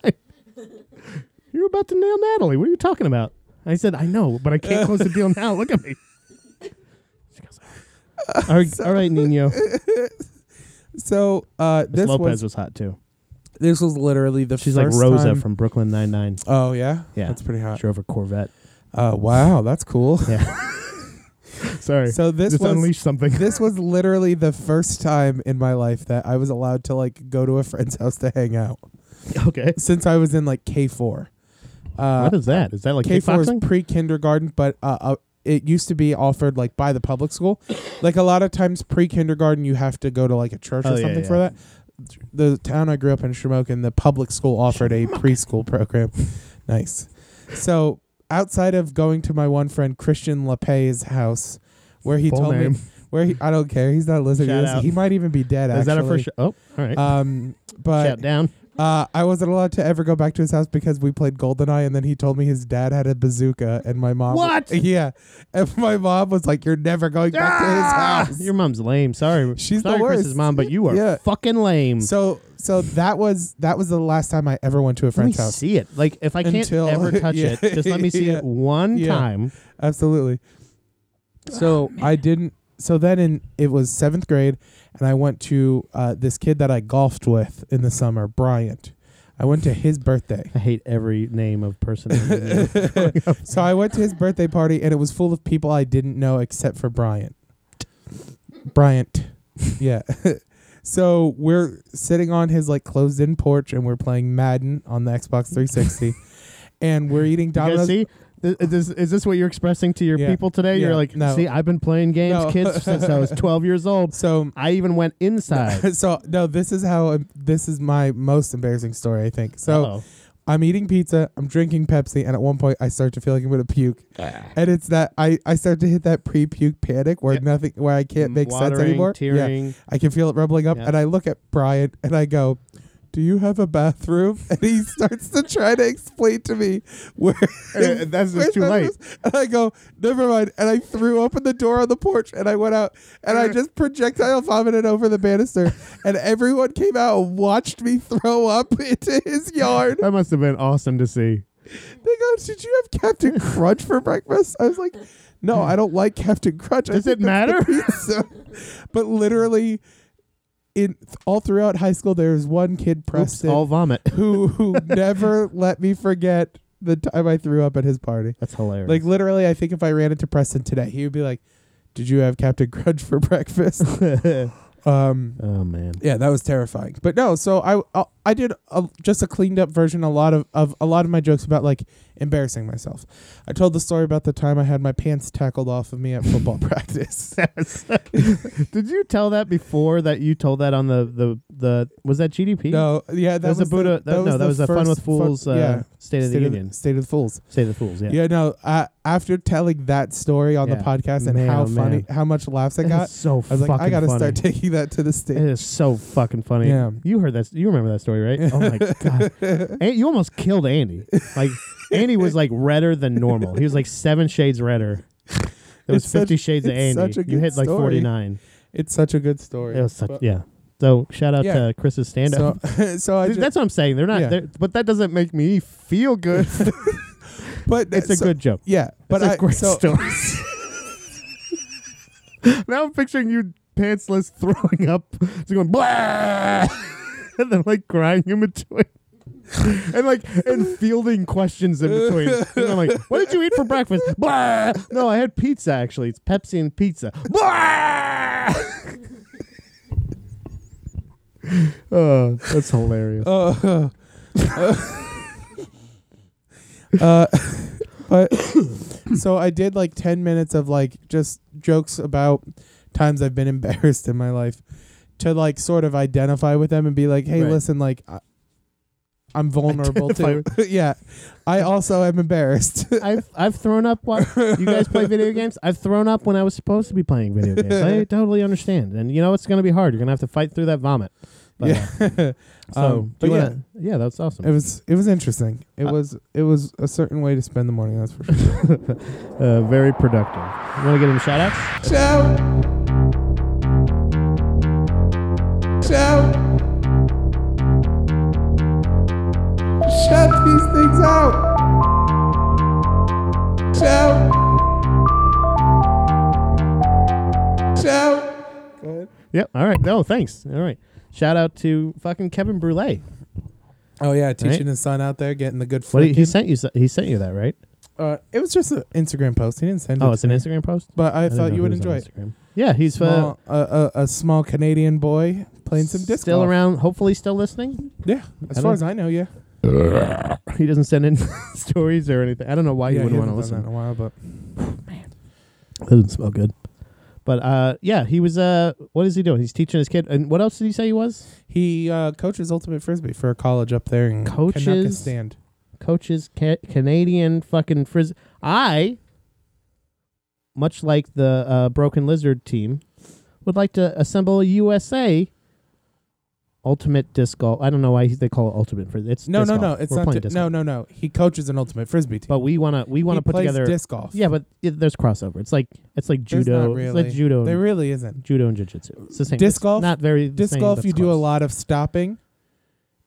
Speaker 2: you're about to nail natalie what are you talking about i said i know but i can't close the deal now look at me she goes all right, all right nino
Speaker 1: So uh,
Speaker 2: Miss
Speaker 1: this
Speaker 2: Lopez was,
Speaker 1: was
Speaker 2: hot too.
Speaker 1: this was literally the
Speaker 2: She's like
Speaker 1: first
Speaker 2: Rosa
Speaker 1: time-
Speaker 2: from Brooklyn Nine Nine.
Speaker 1: Oh yeah,
Speaker 2: Yeah.
Speaker 1: that's pretty hot.
Speaker 2: Drove a Corvette.
Speaker 1: Uh, wow, that's cool.
Speaker 2: Sorry,
Speaker 1: So this
Speaker 2: just
Speaker 1: was
Speaker 2: unleashed something.
Speaker 1: this was literally the first time in my life that I was allowed to like go to a friend's house to hang out.
Speaker 2: Okay.
Speaker 1: since I was in like K four. Uh,
Speaker 2: what is that? Is that like
Speaker 1: K four is
Speaker 2: kickboxing?
Speaker 1: pre kindergarten, but uh, uh, it used to be offered like by the public school. like a lot of times pre kindergarten, you have to go to like a church
Speaker 2: Oh,
Speaker 1: or
Speaker 2: yeah,
Speaker 1: something
Speaker 2: yeah.
Speaker 1: for that. The town I grew up in, Shamokin, the public school offered a preschool program. nice. So outside of going to my one friend Christian LePay's house, where he
Speaker 2: Full
Speaker 1: told
Speaker 2: name.
Speaker 1: me where he, I don't care, he's not listening.
Speaker 2: Shout
Speaker 1: to this.
Speaker 2: out.
Speaker 1: He might even be dead.
Speaker 2: Is that our
Speaker 1: actually.
Speaker 2: first? Sh- oh, all right.
Speaker 1: Um, but
Speaker 2: Shout down.
Speaker 1: uh, I wasn't allowed to ever go back to his house because we played GoldenEye, and then he told me his dad had a bazooka, and my mom.
Speaker 2: What?
Speaker 1: Yeah, and my mom was like, "You're never going back
Speaker 2: Ah!
Speaker 1: to his house."
Speaker 2: Your mom's lame. Sorry,
Speaker 1: She's the
Speaker 2: Sorry, Chris's
Speaker 1: worst.
Speaker 2: mom, but you are
Speaker 1: Yeah.
Speaker 2: fucking lame.
Speaker 1: so, so that was that was the last time I ever went to a
Speaker 2: let me
Speaker 1: friend's house.
Speaker 2: see it. Like if I can't
Speaker 1: Until-
Speaker 2: ever touch
Speaker 1: Yeah.
Speaker 2: it, just let me see
Speaker 1: Yeah.
Speaker 2: it one
Speaker 1: Yeah.
Speaker 2: time.
Speaker 1: Absolutely. So I didn't. So then, in it was seventh grade, and I went to uh, this kid that I golfed with in the summer, Bryant. I went to his birthday.
Speaker 2: I hate every name of person. in the world.
Speaker 1: So I went to his birthday party and it was full of people I didn't know except for Bryant. Bryant. Yeah. so we're sitting on his like closed in porch and we're playing Madden on the Xbox 360 and we're eating
Speaker 2: You guys
Speaker 1: Domino's.
Speaker 2: see, Th- is this, is this what you're expressing to your
Speaker 1: Yeah.
Speaker 2: people today? You're
Speaker 1: Yeah.
Speaker 2: like,
Speaker 1: No.
Speaker 2: see, I've been playing games,
Speaker 1: No.
Speaker 2: kids, since I was 12 years old.
Speaker 1: So
Speaker 2: I even went inside.
Speaker 1: so no, this is how um, this is my most embarrassing story, I think. So
Speaker 2: Uh-oh.
Speaker 1: I'm eating pizza, I'm drinking Pepsi, and at one point I start to feel like I'm gonna puke. And it's that I, I start to hit that pre puke panic where
Speaker 2: Yeah.
Speaker 1: nothing where I can't make sense
Speaker 2: Mm, Watering,
Speaker 1: anymore. Yeah.
Speaker 2: Tearing.
Speaker 1: I can feel it rumbling up,
Speaker 2: Yeah.
Speaker 1: and I look at Brian and I go, "Do you have a bathroom?" And he starts to try to explain to me where.
Speaker 2: Uh, that's just
Speaker 1: where
Speaker 2: too
Speaker 1: that
Speaker 2: late.
Speaker 1: was. And I go, "Never mind." And I threw open the door on the porch, and I went out, and
Speaker 2: Uh.
Speaker 1: I just projectile vomited over the banister, and everyone came out and watched me throw up into his yard.
Speaker 2: That must have been awesome to see.
Speaker 1: They go, "Did you have Captain Crunch for breakfast?" I was like, "No, I don't like Captain Crunch." I
Speaker 2: Does it
Speaker 1: think that's
Speaker 2: matter?
Speaker 1: pizza. but literally, in all throughout high school, there was one kid,
Speaker 2: Oops,
Speaker 1: Preston,
Speaker 2: all vomit.
Speaker 1: who who never let me forget the time I threw up at his party.
Speaker 2: That's hilarious.
Speaker 1: Like literally, I think if I ran into Preston today, he would be like, "Did you have Captain Crunch for breakfast?" um,
Speaker 2: oh man.
Speaker 1: yeah, that was terrifying. But no, so I I, I did a, just a cleaned up version. A lot of, of a lot of my jokes about like embarrassing myself. I told the story about the time I had my pants tackled off of me at football practice.
Speaker 2: Did you tell that before that you told that on the the, the was that GDP?
Speaker 1: No, yeah, that
Speaker 2: that was,
Speaker 1: was
Speaker 2: a Buddha.
Speaker 1: The,
Speaker 2: that, no, that
Speaker 1: the
Speaker 2: was a Fun
Speaker 1: first
Speaker 2: with Fools. uh,
Speaker 1: yeah,
Speaker 2: State of the
Speaker 1: State
Speaker 2: Union.
Speaker 1: State of the Fools.
Speaker 2: State of the Fools. Yeah.
Speaker 1: Yeah, no. I, after telling that story on
Speaker 2: Yeah.
Speaker 1: the podcast and
Speaker 2: Man,
Speaker 1: how
Speaker 2: oh,
Speaker 1: funny,
Speaker 2: man.
Speaker 1: how much laughs I
Speaker 2: It is
Speaker 1: got,
Speaker 2: so
Speaker 1: I was like,
Speaker 2: fucking
Speaker 1: I gotta
Speaker 2: funny.
Speaker 1: start taking that to the
Speaker 2: it
Speaker 1: stage.
Speaker 2: is so fucking funny.
Speaker 1: Yeah.
Speaker 2: You heard that? You remember that story, right? Oh my god! An- you almost killed Andy. Like Andy was like redder than normal. He was like seven shades redder. It was
Speaker 1: It's
Speaker 2: Fifty
Speaker 1: such-
Speaker 2: Shades of
Speaker 1: it's
Speaker 2: Andy.
Speaker 1: such a
Speaker 2: you
Speaker 1: good
Speaker 2: hit like
Speaker 1: story.
Speaker 2: forty nine.
Speaker 1: It's such a good story.
Speaker 2: It was such
Speaker 1: But-
Speaker 2: yeah. uh, So shout out
Speaker 1: Yeah.
Speaker 2: to Chris's stand up.
Speaker 1: So, so I
Speaker 2: Th-
Speaker 1: just,
Speaker 2: That's what I'm saying. They're not,
Speaker 1: Yeah.
Speaker 2: they're- but that doesn't make me feel good.
Speaker 1: but
Speaker 2: it's a
Speaker 1: so-
Speaker 2: good joke.
Speaker 1: yeah. But
Speaker 2: it's a
Speaker 1: I
Speaker 2: great
Speaker 1: so
Speaker 2: story. now I'm picturing you pantsless throwing up, just going blah, and then like crying in between. and like and fielding questions in between. And I'm like, what did you eat for breakfast? Blah. No, I had pizza actually. It's Pepsi and pizza. Blah. oh, that's hilarious.
Speaker 1: Uh, uh, but so I did like 10 minutes of like just jokes about times I've been embarrassed in my life to like sort of identify with them and be like, hey,
Speaker 2: Right.
Speaker 1: listen, like I, I'm vulnerable to.
Speaker 2: Identify
Speaker 1: yeah. I also am embarrassed.
Speaker 2: I've I've thrown up. What you guys play video games? I've thrown up when I was supposed to be playing video games. I totally understand, and you know it's going to be hard. You're going to have to fight through that vomit. But, uh,
Speaker 1: yeah.
Speaker 2: so
Speaker 1: Um,
Speaker 2: do
Speaker 1: but
Speaker 2: you
Speaker 1: yeah.
Speaker 2: wanna, yeah, that's awesome.
Speaker 1: It was it was interesting. It
Speaker 2: Uh,
Speaker 1: was it was a certain way to spend the morning. That's for sure.
Speaker 2: uh, very productive. You want to get him shout outs?
Speaker 1: Shout. Shout. Shout these things out. Shout. Shout. Go ahead.
Speaker 2: Yep. All right. No, thanks. All right. Shout out to fucking Kevin Brule.
Speaker 1: Oh yeah, teaching
Speaker 2: Right.
Speaker 1: his son out there, getting the good
Speaker 2: What
Speaker 1: flick.
Speaker 2: he, he sent you? s- He sent you that right?
Speaker 1: uh, it was just an Instagram post. He didn't send it.
Speaker 2: Oh, it's
Speaker 1: to
Speaker 2: an
Speaker 1: me.
Speaker 2: Instagram post.
Speaker 1: But I,
Speaker 2: didn't
Speaker 1: thought
Speaker 2: know
Speaker 1: you
Speaker 2: he
Speaker 1: would
Speaker 2: was on
Speaker 1: enjoy it.
Speaker 2: Instagram. Yeah, he's uh,
Speaker 1: Small, a, a, a small Canadian boy playing some disc
Speaker 2: still
Speaker 1: golf.
Speaker 2: around. Hopefully, still listening.
Speaker 1: Yeah, as
Speaker 2: I
Speaker 1: far
Speaker 2: don't-
Speaker 1: as I know, yeah.
Speaker 2: he doesn't send in stories or anything. I don't know why
Speaker 1: yeah,
Speaker 2: you
Speaker 1: he
Speaker 2: wouldn't want to
Speaker 1: hasn't done
Speaker 2: listen.
Speaker 1: that in a while, but
Speaker 2: It doesn't smell good. But uh, yeah, he was. Uh, what is he doing? He's teaching his kid. And what else did he say he was?
Speaker 1: he uh, coaches ultimate frisbee for a college up there in
Speaker 2: Coaches?
Speaker 1: Kazakhstan.
Speaker 2: Coaches, ca- Canadian fucking frizz. I, much like the uh, Broken Lizard team, would like to assemble a USA ultimate disc golf. I don't know why he- they call it ultimate frizz. It's
Speaker 1: No,
Speaker 2: disc
Speaker 1: no, no,
Speaker 2: golf.
Speaker 1: it's
Speaker 2: We're
Speaker 1: not.
Speaker 2: playing
Speaker 1: di-
Speaker 2: disc
Speaker 1: no,
Speaker 2: golf.
Speaker 1: no, no. He coaches an ultimate frisbee team.
Speaker 2: But we wanna we wanna
Speaker 1: He
Speaker 2: put
Speaker 1: plays
Speaker 2: together.
Speaker 1: disc golf.
Speaker 2: Yeah, but it, there's crossover. It's like it's like
Speaker 1: There's
Speaker 2: judo.
Speaker 1: not
Speaker 2: It's like
Speaker 1: really.
Speaker 2: judo.
Speaker 1: there
Speaker 2: and-
Speaker 1: really isn't.
Speaker 2: judo and jiu-jitsu. It's the same.
Speaker 1: Disc
Speaker 2: It's
Speaker 1: golf-
Speaker 2: Not very. the
Speaker 1: Disc
Speaker 2: same,
Speaker 1: golf,
Speaker 2: but
Speaker 1: you
Speaker 2: it's
Speaker 1: do a
Speaker 2: close.
Speaker 1: lot of stopping.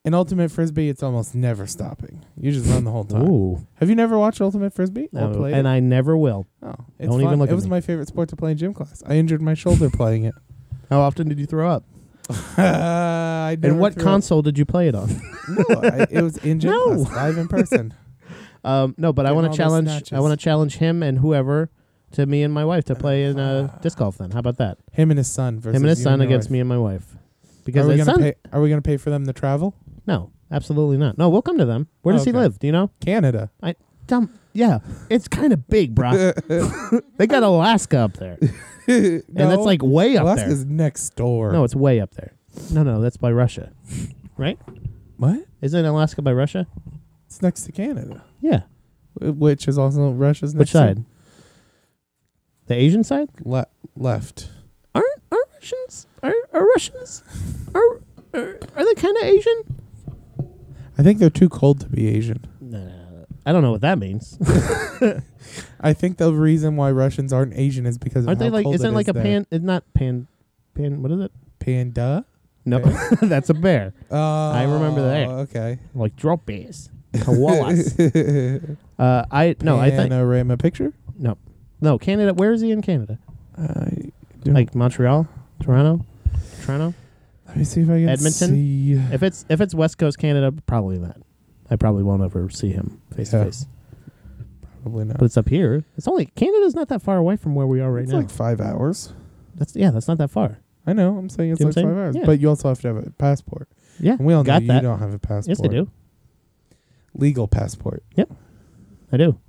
Speaker 1: In ultimate frisbee, it's almost never stopping. You just run the whole time.
Speaker 2: Ooh,
Speaker 1: Have you never watched ultimate frisbee or
Speaker 2: No,
Speaker 1: played?
Speaker 2: Oh, and
Speaker 1: it?
Speaker 2: I never will.
Speaker 1: oh, it's
Speaker 2: don't even
Speaker 1: fun.
Speaker 2: look
Speaker 1: It
Speaker 2: at
Speaker 1: was
Speaker 2: me.
Speaker 1: my favorite sport to play in gym class. I injured my shoulder playing it.
Speaker 2: How often did you throw up?
Speaker 1: I never
Speaker 2: and what
Speaker 1: threw up.
Speaker 2: console did you play it on?
Speaker 1: No, I, it was in gym
Speaker 2: No.
Speaker 1: class, live in person.
Speaker 2: Um, no, but I
Speaker 1: Getting
Speaker 2: want
Speaker 1: all those
Speaker 2: to challenge. I
Speaker 1: snatches.
Speaker 2: want to challenge him and whoever to me and my wife to play in a
Speaker 1: Ah.
Speaker 2: disc golf. Then how about that?
Speaker 1: Him and his son versus
Speaker 2: him and his
Speaker 1: you
Speaker 2: son
Speaker 1: your
Speaker 2: against
Speaker 1: wife.
Speaker 2: me and my wife. Because
Speaker 1: are we
Speaker 2: his
Speaker 1: gonna
Speaker 2: son?
Speaker 1: pay? Are we gonna pay for them to travel?
Speaker 2: No, absolutely not. No, we'll come to them. Where
Speaker 1: Oh,
Speaker 2: does he
Speaker 1: okay.
Speaker 2: live? Do you know?
Speaker 1: Canada.
Speaker 2: Dumb. Yeah, it's kind of big, bro. they got Alaska up there,
Speaker 1: and
Speaker 2: and that's like way up
Speaker 1: Alaska's next door.
Speaker 2: there. No, it's way up there. No, no, that's by Russia.
Speaker 1: what?
Speaker 2: Isn't Alaska by Russia?
Speaker 1: It's next to Canada,
Speaker 2: Yeah.
Speaker 1: wh- which is also Russia's next
Speaker 2: Which side? The Asian side?
Speaker 1: Le- left.
Speaker 2: Aren't are Russians are, are Russians are are, are they kind of Asian?
Speaker 1: I think they're too cold to be Asian.
Speaker 2: I don't know what that means.
Speaker 1: I think the reason why Russians aren't Asian is because of
Speaker 2: Aren't
Speaker 1: how
Speaker 2: they like?
Speaker 1: cold
Speaker 2: Isn't
Speaker 1: it
Speaker 2: like
Speaker 1: is
Speaker 2: a
Speaker 1: there.
Speaker 2: pan? It's not pan. Pan. What is it?
Speaker 1: panda?
Speaker 2: No, that's a bear.
Speaker 1: Oh,
Speaker 2: remember that.
Speaker 1: Okay.
Speaker 2: Like drop bears, koalas. uh, I no. I think
Speaker 1: Panorama picture.
Speaker 2: no. Canada. Where is he in Canada? Uh,
Speaker 1: I
Speaker 2: Like Montreal, Toronto, Toronto.
Speaker 1: Let me see if I can
Speaker 2: Edmonton?
Speaker 1: see.
Speaker 2: If it's if it's West Coast Canada, probably not. I probably won't ever see him face
Speaker 1: Yeah.
Speaker 2: to face.
Speaker 1: Probably not.
Speaker 2: But it's up here. It's only Canada's not that far away from where we are right
Speaker 1: it's
Speaker 2: now.
Speaker 1: like five hours.
Speaker 2: that's yeah, that's not that far.
Speaker 1: I know. I'm saying it's
Speaker 2: You know
Speaker 1: like
Speaker 2: what I'm
Speaker 1: five
Speaker 2: saying?
Speaker 1: hours,
Speaker 2: Yeah.
Speaker 1: but you also have to have a passport.
Speaker 2: Yeah,
Speaker 1: And we all
Speaker 2: got
Speaker 1: know
Speaker 2: that.
Speaker 1: you don't have a passport.
Speaker 2: yes, I do.
Speaker 1: Legal passport,
Speaker 2: I do.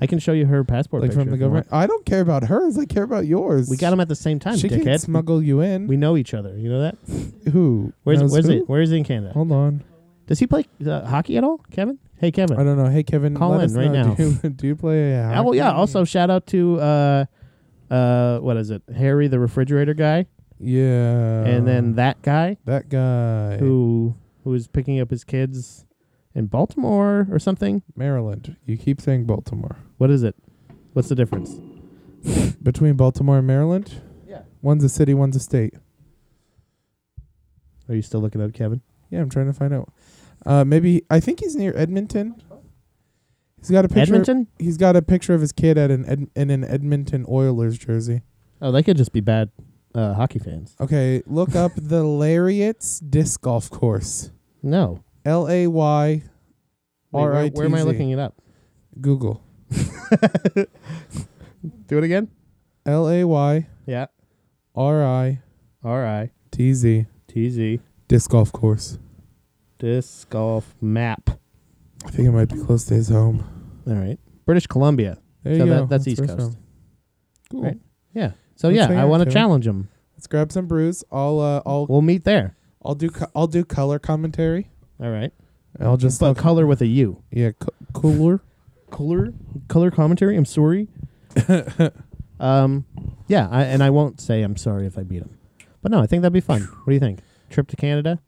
Speaker 2: I can show you her passport
Speaker 1: like
Speaker 2: picture
Speaker 1: from the
Speaker 2: if you
Speaker 1: government.
Speaker 2: want.
Speaker 1: I don't care about hers. I care about yours.
Speaker 2: We got them at the same time,
Speaker 1: She can
Speaker 2: dickhead.
Speaker 1: smuggle you in.
Speaker 2: we know each other. You know that.
Speaker 1: who?
Speaker 2: Where's
Speaker 1: knows
Speaker 2: where's
Speaker 1: who?
Speaker 2: it? Where is he in Canada?
Speaker 1: Hold on.
Speaker 2: Does he play uh, hockey at all, Kevin? Hey,
Speaker 1: I
Speaker 2: Kevin.
Speaker 1: don't know. Hey, Kevin,
Speaker 2: Call
Speaker 1: let
Speaker 2: in
Speaker 1: us
Speaker 2: right
Speaker 1: know.
Speaker 2: now.
Speaker 1: Do you, do you play? a
Speaker 2: Oh well, yeah.
Speaker 1: hockey?
Speaker 2: Also, shout out to uh, uh, what is it? Harry the refrigerator guy,
Speaker 1: yeah.
Speaker 2: and then that guy
Speaker 1: that guy,
Speaker 2: who who is picking up his kids in Baltimore or something.
Speaker 1: Maryland. You keep saying Baltimore.
Speaker 2: What is it? What's the difference?
Speaker 1: Between Baltimore and Maryland,
Speaker 2: Yeah.
Speaker 1: one's a city, one's a state.
Speaker 2: Are you still looking up, Kevin?
Speaker 1: Yeah, I'm trying to find out. Uh, maybe I think he's near Edmonton. He's got a picture.
Speaker 2: Edmonton?
Speaker 1: He's got a picture of his kid at an Ed, in an Edmonton Oilers jersey.
Speaker 2: Oh, they could just be bad uh, hockey fans.
Speaker 1: Okay, look up the Lariats disc golf course.
Speaker 2: No.
Speaker 1: L A Y
Speaker 2: Wait, where,
Speaker 1: R-I-T-Z.
Speaker 2: where am I looking it up?
Speaker 1: Google
Speaker 2: Do it again.
Speaker 1: L A Y
Speaker 2: Yeah.
Speaker 1: R I
Speaker 2: R I
Speaker 1: T Z
Speaker 2: T Z
Speaker 1: disc golf course.
Speaker 2: disc golf map.
Speaker 1: I think it might be close to his home.
Speaker 2: All right. British Columbia.
Speaker 1: There
Speaker 2: So
Speaker 1: you
Speaker 2: that-
Speaker 1: go.
Speaker 2: that's East
Speaker 1: where it's
Speaker 2: Coast.
Speaker 1: from. Cool.
Speaker 2: Right. Yeah. So
Speaker 1: Let's hang
Speaker 2: yeah, I
Speaker 1: out,
Speaker 2: want to
Speaker 1: Kevin.
Speaker 2: challenge him.
Speaker 1: Let's grab some brews. I'll uh, I'll
Speaker 2: We'll meet there.
Speaker 1: I'll do co- I'll do color commentary.
Speaker 2: All right.
Speaker 1: I'll just
Speaker 2: but
Speaker 1: I'll-
Speaker 2: color with a U.
Speaker 1: yeah co- cooler.
Speaker 2: Color color commentary. I'm sorry. um. Yeah. I, and I won't say I'm sorry if I beat him. But no, I think that'd be fun. What do you think? Trip to Canada.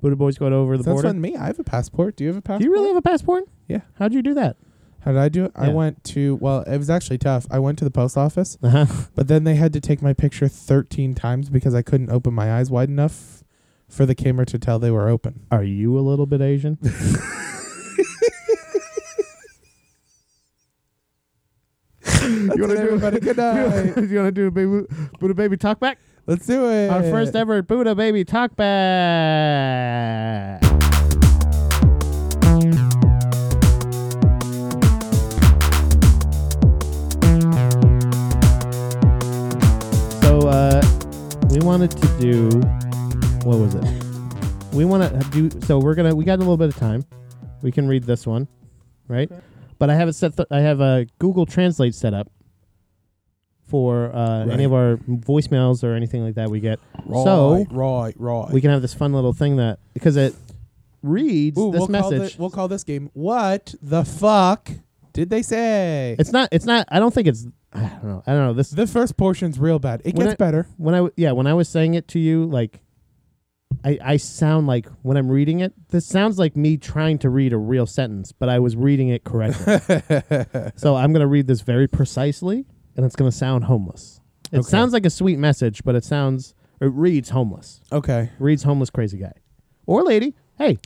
Speaker 2: Buddha boys going over the
Speaker 1: That's
Speaker 2: border.
Speaker 1: on me. I have a passport. Do you have a passport?
Speaker 2: Do you really have a passport?
Speaker 1: Yeah.
Speaker 2: How'd you do that?
Speaker 1: How did I do it? I
Speaker 2: Yeah.
Speaker 1: went to well, it was actually tough. I went to the post office,
Speaker 2: Uh huh.
Speaker 1: but then they had to take my picture 13 times because I couldn't open my eyes wide enough for the camera to tell they were open.
Speaker 2: Are you a little bit Asian?
Speaker 1: You
Speaker 2: wanna do-
Speaker 1: everybody good night.
Speaker 2: you want to do a baby, Buddha baby talk back?
Speaker 1: Let's do it.
Speaker 2: Our first ever Buddha baby talk back. So uh, we wanted to do what was it? we want to do so we're gonna we got a little bit of time we can read this one right but i have it set th- i have a google translate set up for uh,
Speaker 1: Right.
Speaker 2: any of our voicemails or anything like that we get
Speaker 1: Right,
Speaker 2: So-
Speaker 1: right, right.
Speaker 2: we can have this fun little thing that because it reads
Speaker 1: Ooh,
Speaker 2: this
Speaker 1: we'll Call
Speaker 2: message
Speaker 1: thi- we'll call this game. What the fuck did they say?
Speaker 2: it's not it's not i don't think it's i don't know i don't know this
Speaker 1: the first portion's real bad. It
Speaker 2: When
Speaker 1: gets
Speaker 2: I-
Speaker 1: better.
Speaker 2: when I w- yeah when I was saying it to you like I I sound like when I'm reading it this sounds like me trying to read a real sentence but I was reading it correctly so I'm gonna read this very precisely and it's gonna sound homeless it
Speaker 1: Okay.
Speaker 2: sounds like a sweet message but it sounds it reads homeless
Speaker 1: Okay.
Speaker 2: reads homeless crazy guy or lady hey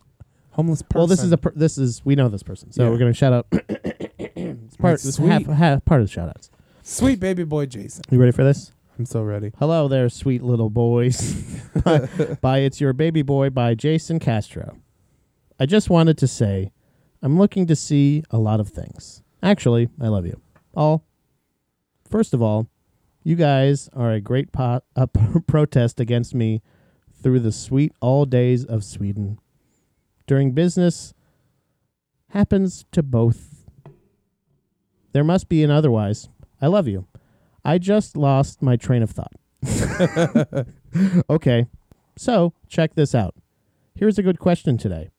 Speaker 1: Homeless person.
Speaker 2: well this is a per- this is we know this person so
Speaker 1: Yeah.
Speaker 2: we're gonna shout out it's part
Speaker 1: Makes it
Speaker 2: it's half,
Speaker 1: sweet.
Speaker 2: half part of the shout outs
Speaker 1: sweet baby boy Jason.
Speaker 2: you ready for this
Speaker 1: I'm so ready.
Speaker 2: Hello there, sweet little boys. by, by It's Your Baby Boy by Jason Castro. I just wanted to say I'm looking to see a lot of things. Actually, I love you. All. First of all, you guys are a great po- uh, protest against me through the sweet all days of Sweden. During business happens to both. There must be an otherwise. I love you. I just lost my train of thought. okay, so check this out. Here's a good question today.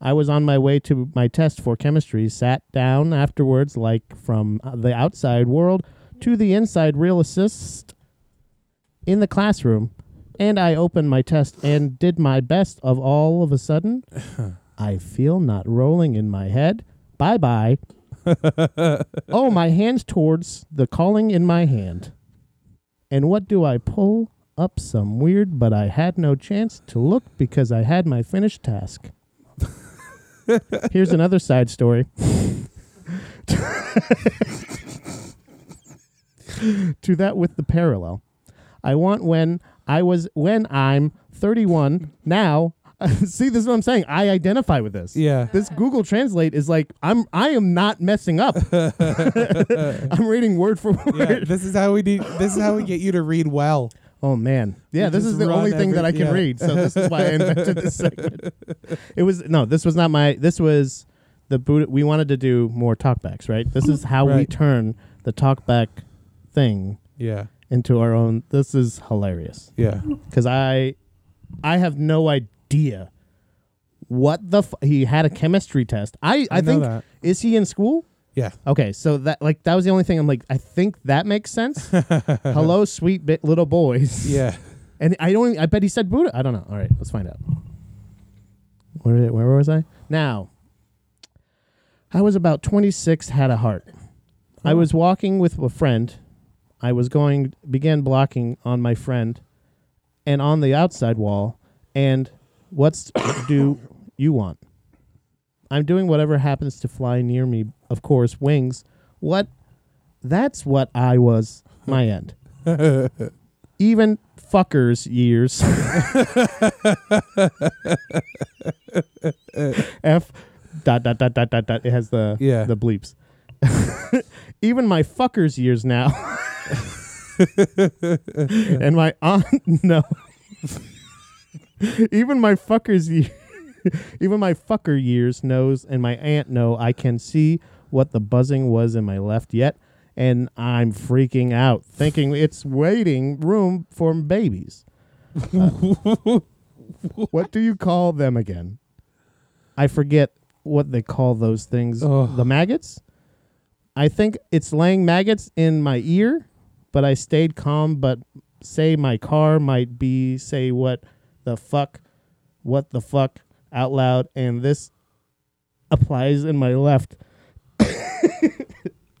Speaker 2: I was on my way to my test for chemistry, sat down afterwards, like from uh, the outside world to the inside real assist in the classroom, and I opened my test and did my best of all of a sudden. I feel not rolling in my head. Bye bye. oh, my hands towards the calling in my hand. And what do I pull? Up some weird, but I had no chance to look because I had my finished task. Here's another side story. to that with the parallel. I want when I was when I'm 31 now. See, this is what I'm saying. I identify with this
Speaker 1: Yeah.
Speaker 2: this Google Translate is like I'm I am not messing up. I'm reading word for word.
Speaker 1: yeah. This is how we do. This is how we get you to read well.
Speaker 2: Oh man, yeah,
Speaker 1: You
Speaker 2: this
Speaker 1: just
Speaker 2: is the
Speaker 1: run
Speaker 2: only thing that I
Speaker 1: every-
Speaker 2: can
Speaker 1: yeah.
Speaker 2: read. So this is why I invented this segment. It was no, this was not my. This was the Buddha. We wanted to do more talkbacks, right? This is how we
Speaker 1: Right.
Speaker 2: turn the talkback thing
Speaker 1: Yeah.
Speaker 2: into our own. This is hilarious
Speaker 1: Yeah.
Speaker 2: because I, I have no idea what the f- he had a chemistry test. I I,
Speaker 1: I know
Speaker 2: think
Speaker 1: that.
Speaker 2: is he in school?
Speaker 1: Yeah.
Speaker 2: Okay, so that like that was the only thing I'm like I think that makes sense. Hello, sweet bit little boys.
Speaker 1: Yeah.
Speaker 2: and I don't. I bet he said Buddha. I don't know. All right, let's find out. Where did- where was I? Now, I was about 26. Had a heart. I
Speaker 1: Oh.
Speaker 2: was walking with a friend. I was going began blocking on my friend, and on the outside wall. And what's do you want? I'm doing whatever happens to fly near me. Of course, wings. What? That's what I was. My end. Even fuckers years. F dot dot dot dot dot dot. It has the
Speaker 1: Yeah.
Speaker 2: the bleeps. Even my fuckers years now. and my aunt no. Even my fuckers years even my fucker years knows and my aunt know I can see what the buzzing was in my left yet and I'm freaking out thinking it's waiting room for babies. Uh, what do you call them again? I forget what they call those things.
Speaker 1: Ugh.
Speaker 2: The maggots? I think it's laying maggots in my ear, but I stayed calm but say my car might be say what the fuck what the fuck out loud and this applies in my left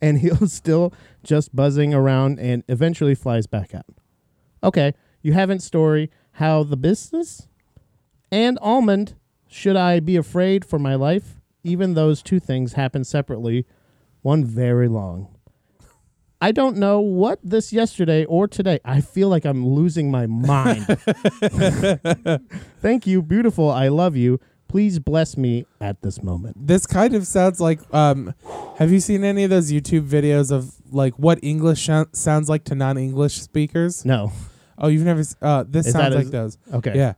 Speaker 2: and he'll still just buzzing around and eventually flies back out okay you haven't story how the business and almond should i be afraid for my life even those two things happen separately one very long I don't know what this yesterday or today. I feel like I'm losing my mind. Thank you, beautiful. I love you. Please bless me at this moment.
Speaker 1: This kind of sounds like. Um, have you seen any of those YouTube videos of like what English shou- sounds like to non-English speakers?
Speaker 2: No.
Speaker 1: Oh, you've never. s- Uh, this
Speaker 2: Is that
Speaker 1: sounds
Speaker 2: a-
Speaker 1: like those.
Speaker 2: Okay.
Speaker 1: Yeah.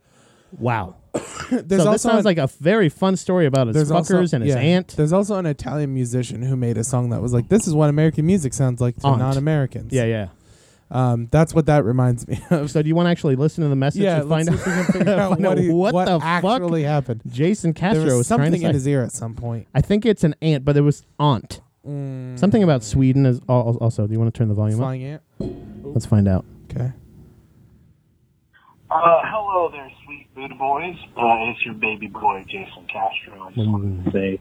Speaker 2: Wow.
Speaker 1: There's
Speaker 2: so
Speaker 1: also
Speaker 2: this sounds
Speaker 1: an-
Speaker 2: like a very fun story about his
Speaker 1: there's also-
Speaker 2: fuckers and his
Speaker 1: yeah.
Speaker 2: aunt.
Speaker 1: There's also an Italian musician who made a song that was like, "This is what American music sounds like to
Speaker 2: Aunt.
Speaker 1: non-Americans."
Speaker 2: Yeah, yeah.
Speaker 1: Um, that's what that reminds me of.
Speaker 2: So do you want to actually listen to the message
Speaker 1: yeah,
Speaker 2: and
Speaker 1: let's
Speaker 2: find
Speaker 1: see if
Speaker 2: out
Speaker 1: we can figure out
Speaker 2: find
Speaker 1: what,
Speaker 2: out
Speaker 1: he,
Speaker 2: what
Speaker 1: what
Speaker 2: the fuck
Speaker 1: actually happened.
Speaker 2: Jason Castro
Speaker 1: there was
Speaker 2: was trying to
Speaker 1: something in
Speaker 2: say?
Speaker 1: his ear at some point.
Speaker 2: I think it's an aunt, but it was aunt.
Speaker 1: Mm.
Speaker 2: Something about Sweden is al- also. Do you want to turn the volume up?
Speaker 1: flying ant.
Speaker 2: Let's find out.
Speaker 1: Okay.
Speaker 3: Uh, hello there, sweet Buddha boys. Uh, it's your baby boy, Jason Castro. I just
Speaker 1: Mm-hmm.
Speaker 3: wanted to say,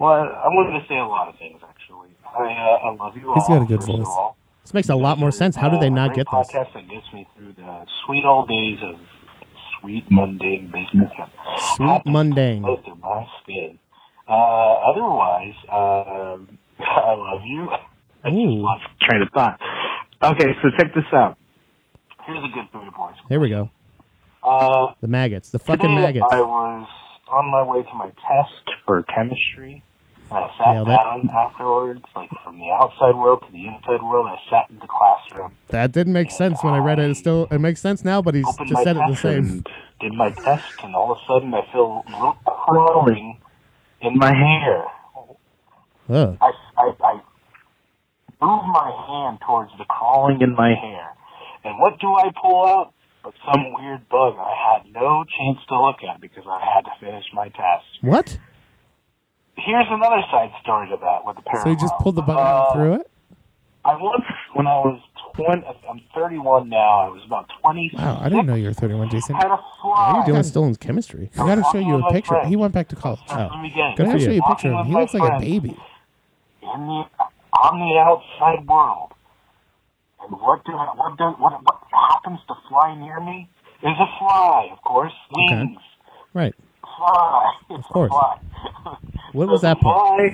Speaker 3: well, I wanted to say a lot of things actually. I, uh, I love you all.
Speaker 1: He's got a good
Speaker 3: first of
Speaker 1: voice.
Speaker 3: all.
Speaker 2: This makes a lot more sense. How did they
Speaker 3: Uh,
Speaker 2: not get
Speaker 3: great
Speaker 2: this?
Speaker 3: Podcast that gets me through the sweet old days of sweet mundane business.
Speaker 2: Sweet mundane.
Speaker 3: Both of my skin. Uh, otherwise, um, I love you. I just
Speaker 2: Ooh.
Speaker 3: lost train of thought. Okay, so check this out. Here's a good Buddha boys.
Speaker 2: Here we go.
Speaker 3: Uh,
Speaker 2: The maggots. The fucking
Speaker 3: Today,
Speaker 2: maggots.
Speaker 3: I was on my way to my test for chemistry. I sat
Speaker 2: Nailed it.
Speaker 3: down afterwards, like from the outside world to the inside world. I sat in the classroom,
Speaker 2: That didn't make sense when I read it. It still it makes sense now, but he's
Speaker 3: opened
Speaker 2: just
Speaker 3: my
Speaker 2: said it the
Speaker 3: test,
Speaker 2: same.
Speaker 3: and did my test, and all of a sudden I feel a little crawling in my hair.
Speaker 2: Ugh.
Speaker 3: I, I, I move my hand towards the crawling in my hair, and what do I pull out? But some weird bug I had no chance to look at because I had to finish my test.
Speaker 2: What?
Speaker 3: here's another side story to that with the parallel.
Speaker 1: So you just pulled the button
Speaker 3: Uh,
Speaker 1: out through it.
Speaker 3: I once, when I was 20, I'm 31 now, I was about 26.
Speaker 1: Wow, I didn't know you were 31, Jason.
Speaker 3: Had a fly.
Speaker 2: What are you doing still in chemistry?
Speaker 1: I gotta show you
Speaker 3: Walking with
Speaker 1: a
Speaker 3: my
Speaker 1: picture.
Speaker 3: friend.
Speaker 1: He went back to college.
Speaker 3: Start from the beginning.
Speaker 2: Oh. Good
Speaker 1: Can I
Speaker 2: for
Speaker 1: show
Speaker 2: you.
Speaker 1: you a picture of him?
Speaker 3: Walking
Speaker 1: He
Speaker 3: with
Speaker 1: looks
Speaker 3: my
Speaker 1: like a
Speaker 3: friend
Speaker 1: baby.
Speaker 3: In the, on the outside world. And what do I, what, do, what, what happens to fly near me is a fly, of course.
Speaker 2: Okay.
Speaker 3: Wings.
Speaker 2: Right.
Speaker 3: Fly. Of
Speaker 2: course.
Speaker 3: Fly.
Speaker 2: What
Speaker 3: So
Speaker 2: was
Speaker 3: the
Speaker 2: that part?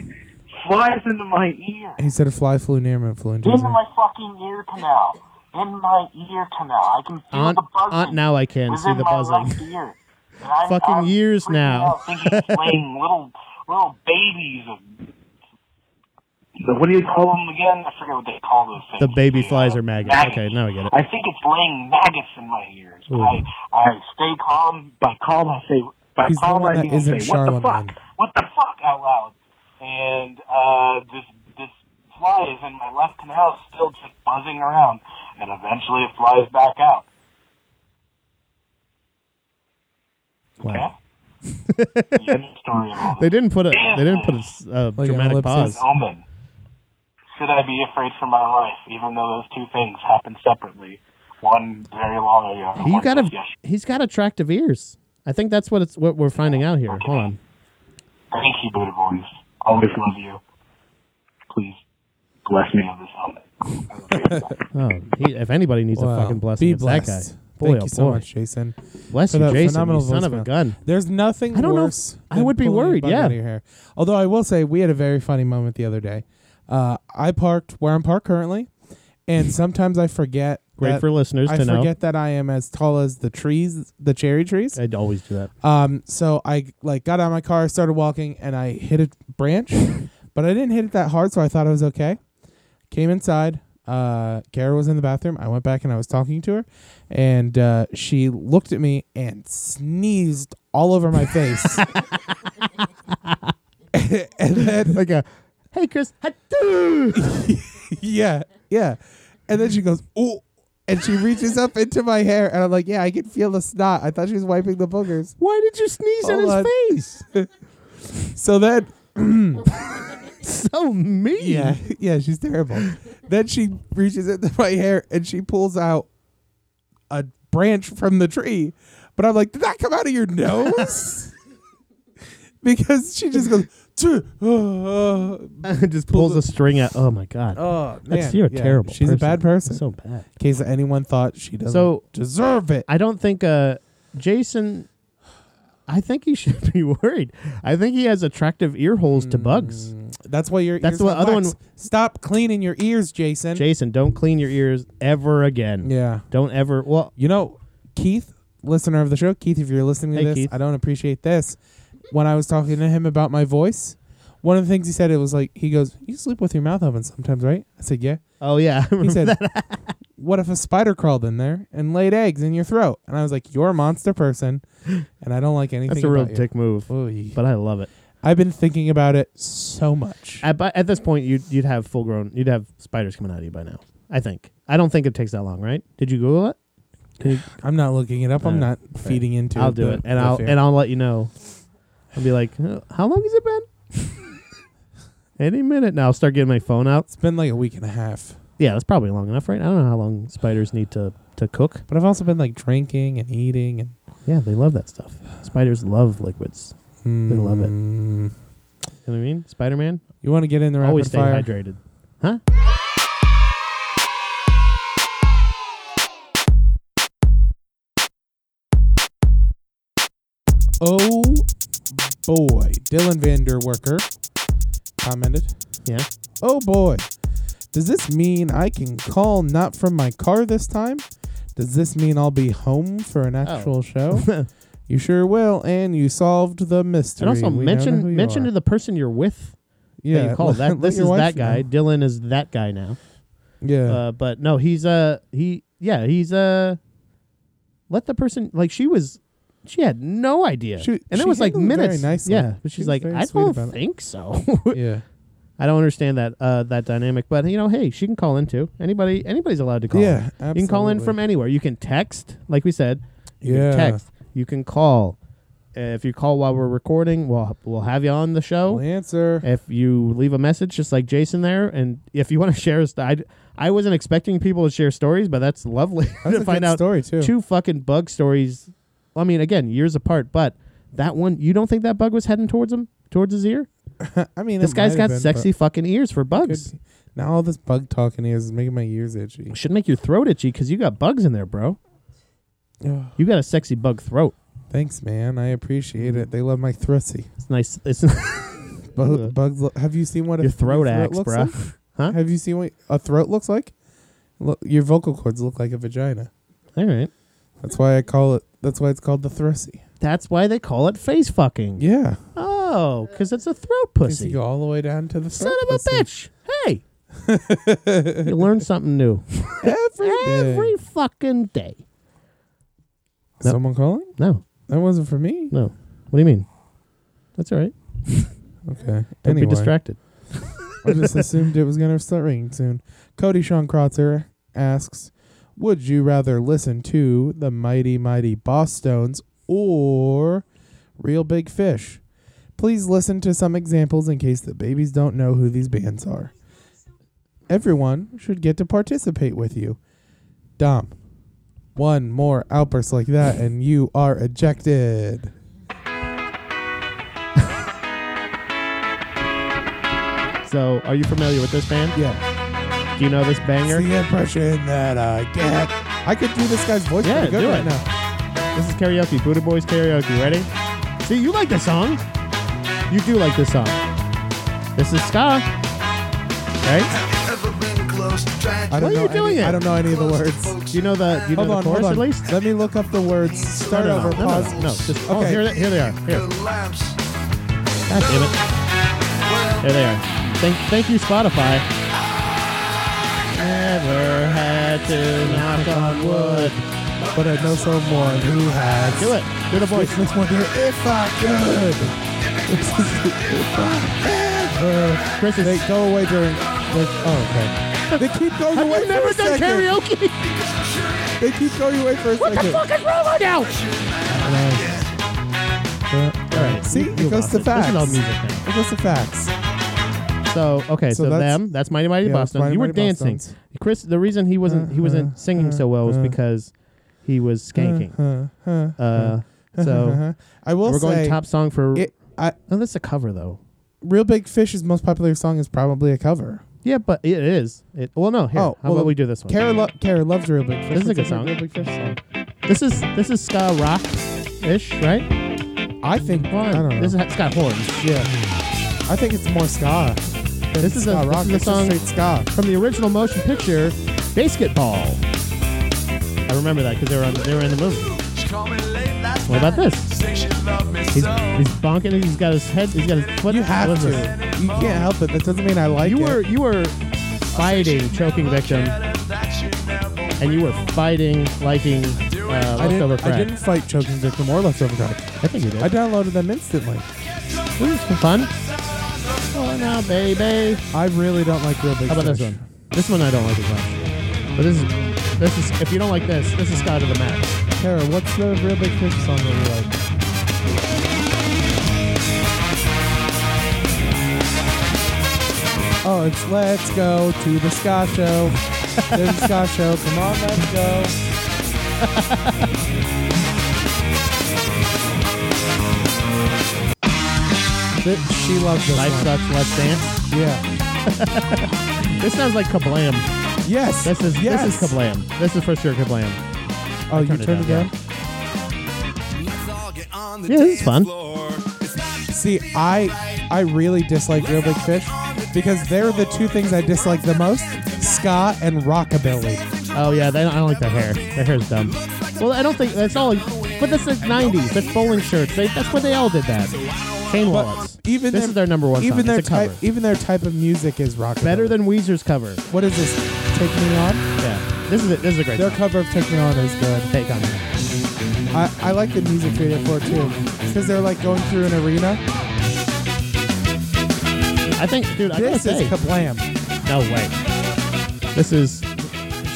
Speaker 3: Fly flies into my ear.
Speaker 1: He said a fly flew near him and flew into his
Speaker 3: In
Speaker 1: ear.
Speaker 3: my fucking ear canal. In my ear canal. I can feel
Speaker 2: Aunt
Speaker 3: the buzzing.
Speaker 2: Aunt now I can see
Speaker 3: within
Speaker 2: the
Speaker 3: my
Speaker 2: buzzing.
Speaker 3: left ear. And I'm-
Speaker 2: Fucking
Speaker 3: I'm
Speaker 2: years
Speaker 3: freaking
Speaker 2: now.
Speaker 3: out thinking it's playing little, little babies of. What do you call them again? I forget what they call those things.
Speaker 2: The baby flies are maggots. Okay, now I get it.
Speaker 3: I think it's laying maggots in my ears.
Speaker 2: Ooh.
Speaker 3: I, I stay calm. By calm, I say. By
Speaker 1: He's the
Speaker 3: calm,
Speaker 1: one
Speaker 3: I
Speaker 1: that
Speaker 3: mean I
Speaker 1: isn't
Speaker 3: say, "What the fuck?
Speaker 1: Charlemagne."
Speaker 3: What the fuck?" out loud. And uh, this this fly is in my left canal, still just buzzing around, and eventually it flies back out. Okay.
Speaker 2: Wow.
Speaker 3: The end of the story of all
Speaker 2: They didn't put a they didn't put a uh,
Speaker 1: an
Speaker 2: dramatic
Speaker 1: ellipsis.
Speaker 2: pause.
Speaker 3: Omen. Should I be afraid for my life, even though those two things happened separately? One very long ago. and
Speaker 2: He
Speaker 3: one
Speaker 2: got a
Speaker 3: just yesterday.
Speaker 2: he's got attractive ears. I think that's what it's what we're finding out here. Hold on.
Speaker 3: Thank you, Buddha Boys. Always love you. Please bless me with this helmet.
Speaker 2: Oh, he, if anybody needs
Speaker 1: Wow.
Speaker 2: a fucking blessing,
Speaker 1: Be
Speaker 2: it's
Speaker 1: blessed.
Speaker 2: that guy. Boy,
Speaker 1: Thank
Speaker 2: oh
Speaker 1: you so
Speaker 2: boy.
Speaker 1: much, Jason.
Speaker 2: Bless
Speaker 1: for
Speaker 2: you,
Speaker 1: that
Speaker 2: Jason. You
Speaker 1: phenomenal
Speaker 2: son of a
Speaker 1: voicemail.
Speaker 2: gun.
Speaker 1: There's nothing
Speaker 2: I don't know if-
Speaker 1: worse.
Speaker 2: I
Speaker 1: than
Speaker 2: would be
Speaker 1: pulling your
Speaker 2: worried,
Speaker 1: bug
Speaker 2: yeah.
Speaker 1: out of your hair. Although I will say we had a very funny moment the other day. Uh, I parked where I'm parked currently, and sometimes I forget.
Speaker 2: Great
Speaker 1: that-
Speaker 2: for listeners
Speaker 1: I
Speaker 2: to know.
Speaker 1: forget that I am as tall as the trees, the cherry trees.
Speaker 2: I'd always do that.
Speaker 1: Um, so I like got out of my car, started walking, and I hit a branch, but I didn't hit it that hard, so I thought I was okay. Came inside. Uh, Kara was in the bathroom. I went back and I was talking to her, and uh, she looked at me and sneezed all over my face. and then,
Speaker 2: Like a, hey Chris, ha-doo!"
Speaker 1: yeah, yeah, and then she goes, "Oh," and she reaches up into my hair, and I'm like, "Yeah, I can feel the snot." I thought she was wiping the boogers.
Speaker 2: why did you sneeze in
Speaker 1: Hold
Speaker 2: his
Speaker 1: on.
Speaker 2: face?
Speaker 1: So then
Speaker 2: So mean.
Speaker 1: Yeah, yeah, she's terrible. then she reaches into my hair and she pulls out a branch from the tree. But I'm like, did that come out of your nose? because she just goes, uh, "Tuh, oh, oh."
Speaker 2: just pulls a string out. Oh my god.
Speaker 1: oh man,
Speaker 2: That's, you're a
Speaker 1: Yeah,
Speaker 2: terrible.
Speaker 1: She's a bad person.
Speaker 2: So bad.
Speaker 1: In case anyone thought she doesn't
Speaker 2: So-
Speaker 1: deserve it.
Speaker 2: I don't think uh, Jason. I think he should be worried. I think he has attractive ear holes to bugs.
Speaker 1: That's why your
Speaker 2: That's
Speaker 1: ears
Speaker 2: the
Speaker 1: have
Speaker 2: other
Speaker 1: wax.
Speaker 2: one-
Speaker 1: Stop cleaning your ears, Jason.
Speaker 2: Jason, don't clean your ears ever again.
Speaker 1: yeah.
Speaker 2: Don't ever. Well,
Speaker 1: You know, Keith, listener of the show, Keith, if you're listening to
Speaker 2: Hey,
Speaker 1: this,
Speaker 2: Keith.
Speaker 1: I don't appreciate this. When I was talking to him about my voice, one of the things he said it was like he goes, "You sleep with your mouth open sometimes, right?" I said, "Yeah."
Speaker 2: oh yeah.
Speaker 1: He said, what if a spider crawled in there and laid eggs in your throat? And I was like, you're a monster person, and I don't like anything.
Speaker 2: That's a real
Speaker 1: about you."
Speaker 2: dick move,
Speaker 1: Oy.
Speaker 2: but I love it.
Speaker 1: I've been thinking about it so much.
Speaker 2: At, but at this point, you'd you'd have full grown, you'd have spiders coming out of you by now. I think. I don't think it takes that long, right? Did you Google it? Can you-
Speaker 1: I'm not looking it up. I'm
Speaker 2: Uh,
Speaker 1: not feeding into.
Speaker 2: I'll do
Speaker 1: the-
Speaker 2: it,
Speaker 1: the
Speaker 2: and I'll
Speaker 1: fear.
Speaker 2: and I'll let you know. I'll be like, "Uh, how long has it been? Any minute now. I'll start getting my phone out.
Speaker 1: it's been like a week and a half.
Speaker 2: Yeah, that's probably long enough, right? I don't know how long spiders need to to cook.
Speaker 1: But I've also been like drinking and eating and
Speaker 2: Yeah, they love that stuff. Spiders love liquids.
Speaker 1: mm,
Speaker 2: love it.
Speaker 1: it.
Speaker 2: You know what I mean? Spider Man
Speaker 1: You want to get in the rapid
Speaker 2: always stay
Speaker 1: fire?
Speaker 2: hydrated. Huh?
Speaker 1: Oh boy, Dylan Vanderwerker commented.
Speaker 2: Yeah.
Speaker 1: Oh boy, does this mean I can call not from my car this time? Does this mean I'll be home for an actual
Speaker 2: Oh.
Speaker 1: show?
Speaker 2: and
Speaker 1: You sure will, and you solved the mystery.
Speaker 2: also
Speaker 1: We now know who
Speaker 2: mention
Speaker 1: you
Speaker 2: mention
Speaker 1: are.
Speaker 2: to the person you're with
Speaker 1: yeah,
Speaker 2: that you call that.
Speaker 1: let
Speaker 2: This
Speaker 1: your
Speaker 2: is
Speaker 1: wife
Speaker 2: that guy.
Speaker 1: know.
Speaker 2: Dylan is that guy now.
Speaker 1: Yeah,
Speaker 2: Uh, but no, he's uh he yeah he's uh let the person like she was she had no idea
Speaker 1: She-
Speaker 2: and
Speaker 1: she
Speaker 2: it was like
Speaker 1: handled it very
Speaker 2: minutes
Speaker 1: nicely.
Speaker 2: yeah but
Speaker 1: She
Speaker 2: she's
Speaker 1: was
Speaker 2: like
Speaker 1: very
Speaker 2: I
Speaker 1: sweet
Speaker 2: don't
Speaker 1: about it."
Speaker 2: think so
Speaker 1: yeah,
Speaker 2: I don't understand that uh that dynamic but you know hey she can call in too anybody anybody's allowed to call in.
Speaker 1: yeah.
Speaker 2: you can call in
Speaker 1: absolutely.
Speaker 2: from anywhere you can text like we said you
Speaker 1: Yeah.
Speaker 2: can text you can call Uh, if you call while we're recording we'll we'll have you on the show
Speaker 1: We'll answer.
Speaker 2: if you leave a message just like jason there and if you want to share a st- I'd- i wasn't expecting people to share stories but that's lovely
Speaker 1: That's a
Speaker 2: to find
Speaker 1: good
Speaker 2: out
Speaker 1: story too.
Speaker 2: two fucking bug stories i mean again years apart but that one you don't think that bug was heading towards him towards his ear
Speaker 1: I mean,
Speaker 2: this
Speaker 1: it might
Speaker 2: guy's
Speaker 1: have
Speaker 2: got
Speaker 1: been,
Speaker 2: sexy fucking ears for
Speaker 1: but
Speaker 2: bugs
Speaker 1: could- Now all this bug talking is making my ears itchy.
Speaker 2: should make your throat itchy because you got bugs in there bro
Speaker 1: Ugh.
Speaker 2: you got a sexy bug throat
Speaker 1: Thanks, man. I
Speaker 2: Mm.
Speaker 1: appreciate it. They love my thrussy.
Speaker 2: it's nice it's
Speaker 1: Bu-
Speaker 2: Ugh.
Speaker 1: bugs. Lo- have you seen what
Speaker 2: your
Speaker 1: a
Speaker 2: throat axe
Speaker 1: looks
Speaker 2: bro
Speaker 1: like?
Speaker 2: Huh?
Speaker 1: Have you seen what a throat looks like? Look, your vocal cords look like a vagina.
Speaker 2: all right
Speaker 1: That's why I call it. That's why it's called the thrussy.
Speaker 2: that's why they call it face fucking
Speaker 1: Yeah,
Speaker 2: oh because it's a throat
Speaker 1: 'Cause
Speaker 2: pussy
Speaker 1: you go all the way down to the
Speaker 2: Son
Speaker 1: throat
Speaker 2: of a
Speaker 1: pussy.
Speaker 2: bitch. Hey. you learn something new
Speaker 1: Every day.
Speaker 2: every fucking day. Nope.
Speaker 1: Someone calling?
Speaker 2: No,
Speaker 1: That wasn't for me.
Speaker 2: no. What do you mean? That's all right.
Speaker 1: Okay.
Speaker 2: Don't
Speaker 1: anyway,
Speaker 2: be distracted.
Speaker 1: I just assumed it was gonna start ringing soon. Cody Sean Crotzer asks, "Would you rather listen to the mighty mighty Boss Stones or Real Big Fish?" Please listen to some examples in case the babies don't know who these bands are. Everyone should get to participate with you. Dom, one more outburst like that, and you are ejected.
Speaker 2: So, are you familiar with this band?
Speaker 1: Yeah.
Speaker 2: Do you know this
Speaker 1: It's
Speaker 2: banger?
Speaker 1: the impression that I get. I could do this guy's voice
Speaker 2: Yeah,
Speaker 1: pretty good
Speaker 2: do
Speaker 1: right
Speaker 2: it.
Speaker 1: now.
Speaker 2: This is karaoke, Buddha Boys karaoke. Ready? See, you like this song. You do like this song. This is ska. Right?
Speaker 1: I
Speaker 4: I
Speaker 1: don't
Speaker 2: Why are
Speaker 1: know
Speaker 2: you
Speaker 1: any,
Speaker 2: doing it?
Speaker 1: I don't know any of the words.
Speaker 2: Do you know the, do you
Speaker 1: hold
Speaker 2: know
Speaker 1: on,
Speaker 2: the
Speaker 1: hold
Speaker 2: chorus
Speaker 1: on.
Speaker 2: at least?
Speaker 1: Let me look up the words. Start
Speaker 2: no, no,
Speaker 1: over.
Speaker 2: no, no,
Speaker 1: pause.
Speaker 2: no, no, just, Oh,
Speaker 1: Okay.
Speaker 2: here, here they are. Here. God damn it. There they are. Thank, thank you, Spotify. Never had to knock on wood.
Speaker 1: But I know someone who has.
Speaker 2: Do it. Do the voice.
Speaker 1: Which makes one here. If I could. This is if I
Speaker 2: Chris
Speaker 1: could.
Speaker 2: is.
Speaker 1: They go away during. they- oh, okay. They keep going
Speaker 2: Have
Speaker 1: away
Speaker 2: you never
Speaker 1: for a
Speaker 2: done
Speaker 1: second.
Speaker 2: karaoke?
Speaker 1: They keep going away for a
Speaker 2: What the
Speaker 1: second.
Speaker 2: fuck is wrong right now? All right.
Speaker 1: Uh, See, it
Speaker 2: move
Speaker 1: goes
Speaker 2: on.
Speaker 1: to
Speaker 2: This is all
Speaker 1: facts.
Speaker 2: music now.
Speaker 1: It goes to facts.
Speaker 2: So okay,
Speaker 1: So
Speaker 2: so,
Speaker 1: that's-
Speaker 2: them. That's Mighty Mighty
Speaker 1: Yeah, that's
Speaker 2: Boston.
Speaker 1: Mighty
Speaker 2: you were
Speaker 1: Mighty
Speaker 2: dancing,
Speaker 1: Boston's.
Speaker 2: Chris. The reason he wasn't he wasn't
Speaker 1: Uh,
Speaker 2: singing so well was
Speaker 1: uh,
Speaker 2: because he was
Speaker 1: Uh-huh,
Speaker 2: skanking.
Speaker 1: Huh, huh, huh,
Speaker 2: Uh,
Speaker 1: huh, huh,
Speaker 2: so
Speaker 1: huh. I will
Speaker 2: we're
Speaker 1: Uh-huh, say
Speaker 2: going top song for.
Speaker 1: it- I-
Speaker 2: no, that's a cover though.
Speaker 1: Real Big Fish's most popular song is probably a cover.
Speaker 2: Yeah, but it is. It, well, no. Here,
Speaker 1: Oh,
Speaker 2: how
Speaker 1: well,
Speaker 2: about we do this one?
Speaker 1: Kara, lo- Kara loves Real Big Fish.
Speaker 2: This is a
Speaker 1: What's
Speaker 2: good
Speaker 1: her
Speaker 2: song.
Speaker 1: Real Big Fish song.
Speaker 2: This is this is ska rock ish, right?
Speaker 1: I think I don't know.
Speaker 2: This is, it's got horns.
Speaker 1: yeah, I think it's more ska. than
Speaker 2: This is a-
Speaker 1: ska
Speaker 2: this
Speaker 1: rock.
Speaker 2: is a
Speaker 1: It's just
Speaker 2: song-
Speaker 1: straight ska.
Speaker 2: from the original motion picture, Basketball. I remember that because they were on, they were in the movie.
Speaker 4: What
Speaker 2: What about this? He's, he's bonking. He's got his head. He's got his foot.
Speaker 1: You have to.
Speaker 2: listen.
Speaker 1: You can't help it. That doesn't mean I like
Speaker 2: You
Speaker 1: it.
Speaker 2: were you were fighting choking victim. and you were fighting liking uh,
Speaker 1: I
Speaker 2: leftover
Speaker 1: didn't, I
Speaker 2: crack.
Speaker 1: didn't fight choking victim or leftover crack.
Speaker 2: I think you did.
Speaker 1: I downloaded them instantly.
Speaker 2: Ooh, it's fun. Oh now, baby.
Speaker 1: I really don't like real big.
Speaker 2: How about this
Speaker 1: Fish.
Speaker 2: one? This one I don't like as much. But this is this is if you don't like this, this is Sky to the Max.
Speaker 4: Tara, what's the real big fish song that you like?
Speaker 1: Oh, it's let's go to the ska show. to the ska show. Come on, let's go. Th- she loves this
Speaker 2: Life
Speaker 1: one.
Speaker 2: sucks, let's dance.
Speaker 1: Yeah.
Speaker 2: This sounds like Kablam.
Speaker 1: Yes.
Speaker 2: This is
Speaker 1: yes.
Speaker 2: this is Kablam. This is for sure Kablam.
Speaker 1: Oh, you
Speaker 2: turned it
Speaker 1: turned it
Speaker 2: down,
Speaker 1: down.
Speaker 2: Yeah, this is fun.
Speaker 1: See, I I really dislike Real Big Fish because they're the two things I dislike the most: ska and rockabilly.
Speaker 2: Oh yeah, they don't, I don't like their hair. Their hair's dumb. Well, I don't think that's all. But that's the '90s. That's bowling shirts. They, that's what they all did. That chain wallets.
Speaker 1: But even
Speaker 2: this
Speaker 1: their,
Speaker 2: is their number one.
Speaker 1: Even
Speaker 2: song.
Speaker 1: their
Speaker 2: it's a cover.
Speaker 1: type, even their type of music is rockabilly.
Speaker 2: better than Weezer's cover.
Speaker 1: what is this? Take me on.
Speaker 2: Yeah, this is it. This is a great
Speaker 1: Their
Speaker 2: song.
Speaker 1: cover of Take Me On is good.
Speaker 2: take on it.
Speaker 1: I, I like the music video for it too because they're like going through an arena.
Speaker 2: I think, dude. I gotta
Speaker 1: This is
Speaker 2: say,
Speaker 1: kablam.
Speaker 2: no way. This is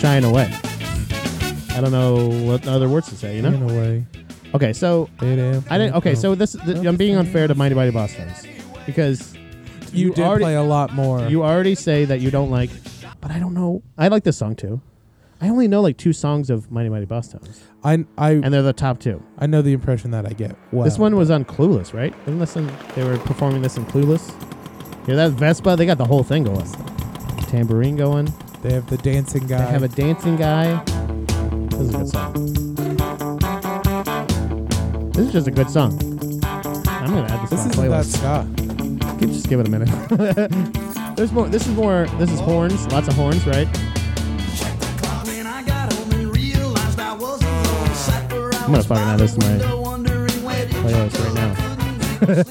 Speaker 2: shine away. I don't know what other words to say. You know.
Speaker 1: away.
Speaker 2: Okay, so I didn't. Okay, so this. Th- I'm being unfair to Mighty Mighty Boss fans because
Speaker 1: you, did
Speaker 2: already,
Speaker 1: play a lot more.
Speaker 2: You already say that you don't like, but I don't know. I like this song too. I only know like two songs of Mighty Mighty Boss Tones,
Speaker 1: I I
Speaker 2: and they're the top two.
Speaker 1: I know the impression that I get. Wow.
Speaker 2: This one was on Clueless, right? Isn't this in, they were performing this in Clueless? Yeah, that Vespa, they got the whole thing going. Tambourine going.
Speaker 1: they have the dancing guy.
Speaker 2: They have a dancing guy. This is a good song. This is just a good song. I'm gonna add this,
Speaker 1: this
Speaker 2: to
Speaker 1: isn't
Speaker 2: my
Speaker 1: that
Speaker 2: playlist.
Speaker 1: ska.
Speaker 2: Give- just give it a minute. There's more. This is more. This is horns. Lots of horns, right?
Speaker 5: When I got home and realized I was alone, sat where I
Speaker 2: I'm gonna fucking add this to my
Speaker 5: wondering where did
Speaker 2: playlist right now.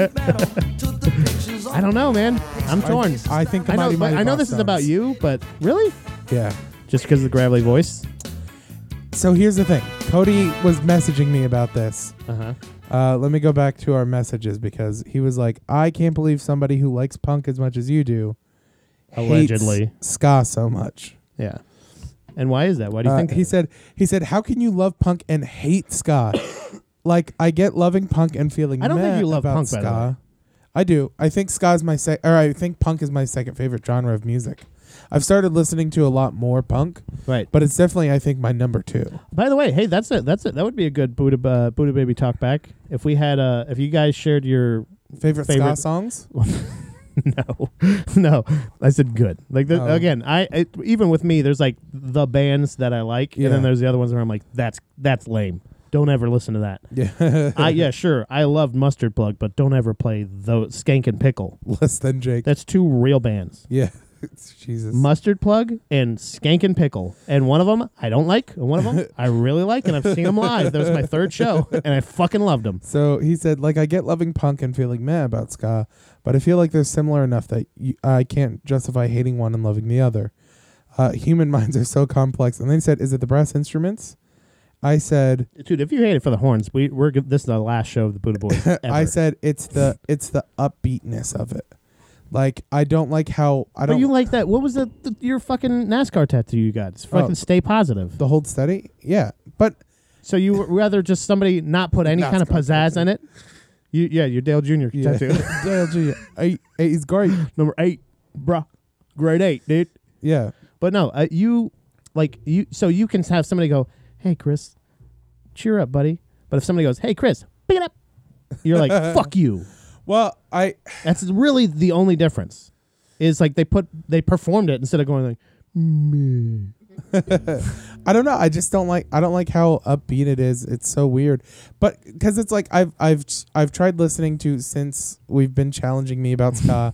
Speaker 5: took the pictures
Speaker 2: I don't know, man. I'm torn.
Speaker 1: I think the
Speaker 2: I know,
Speaker 1: Mighty Mighty
Speaker 2: I know
Speaker 1: Boss
Speaker 2: this is about
Speaker 1: Stones.
Speaker 2: you, but really,
Speaker 1: Yeah.
Speaker 2: just because of the gravelly voice.
Speaker 1: So here's the thing. Cody was messaging me about this.
Speaker 2: Uh huh.
Speaker 1: Uh, let me go back to our messages because he was like, "I can't believe somebody who likes punk as much as you do hates
Speaker 2: Allegedly.
Speaker 1: ska so much."
Speaker 2: Yeah. And why is that? Why do you
Speaker 1: Uh,
Speaker 2: think that
Speaker 1: he
Speaker 2: is?
Speaker 1: said he said how can you love punk and hate ska like i get loving punk and feeling
Speaker 2: I don't think
Speaker 1: meh
Speaker 2: you love
Speaker 1: about
Speaker 2: punk, by
Speaker 1: ska
Speaker 2: the way.
Speaker 1: i do i think ska is my sec- or i think punk is my second favorite genre of music i've started listening to a lot more punk
Speaker 2: right? But
Speaker 1: but it's definitely i think my number two
Speaker 2: by the way, hey, that's it. That's it. That would be a good Buddha uh, Buddha baby talk back. If we had uh, if you guys shared your
Speaker 1: favorite, ska
Speaker 2: Favorite-
Speaker 1: songs
Speaker 2: no, no, I said good. Like the,
Speaker 1: Oh.
Speaker 2: again, I it, even with me, there's like the bands that I like, and
Speaker 1: Yeah.
Speaker 2: then there's the other ones where I'm like, that's that's lame. Don't ever listen to that.
Speaker 1: yeah
Speaker 2: I yeah, sure. I love Mustard Plug, but don't ever play those Skank and Pickle.
Speaker 1: less than jake
Speaker 2: That's two real bands.
Speaker 1: yeah jesus
Speaker 2: Mustard Plug and Skank and Pickle. And one of them I don't like, and one of them I really like, and I've seen them live. That was my third show, and I fucking loved them.
Speaker 1: So he said, like, I get loving punk and feeling meh about ska, but I feel like they're similar enough that you, I can't justify hating one and loving the other. Uh, human minds are so complex. And then he said, is it the brass instruments? I said,
Speaker 2: Dude, if you hate it for the horns, we, we're g- this is the last show of the Buddha Boys. Ever.
Speaker 1: I said it's the it's the upbeatness of it. Like I don't like how I
Speaker 2: But
Speaker 1: don't
Speaker 2: you like that? What was that? th- your fucking NASCAR tattoo you got? It's fucking
Speaker 1: Oh.
Speaker 2: stay positive.
Speaker 1: the hold steady. Yeah, but
Speaker 2: So you would rather just somebody not put any kind of
Speaker 1: NASCAR
Speaker 2: pizzazz in it? You yeah, your Dale Jr.
Speaker 1: yeah,
Speaker 2: tattoo
Speaker 1: Dale G, I- I- he's great.
Speaker 2: number eight, bruh, grade eight, dude.
Speaker 1: Yeah,
Speaker 2: But no, uh, you like you. So you can have somebody go, "Hey, Chris, cheer up, buddy." But if somebody goes, "Hey, Chris, pick it up," you're like, "Fuck you."
Speaker 1: well, I
Speaker 2: That's really the only difference. Is like they put they performed it instead of going like, "Meh."
Speaker 1: I don't know. I just don't like. I don't like how upbeat it is. It's so weird, but because it's like I've I've I've tried listening to since we've been challenging me about ska.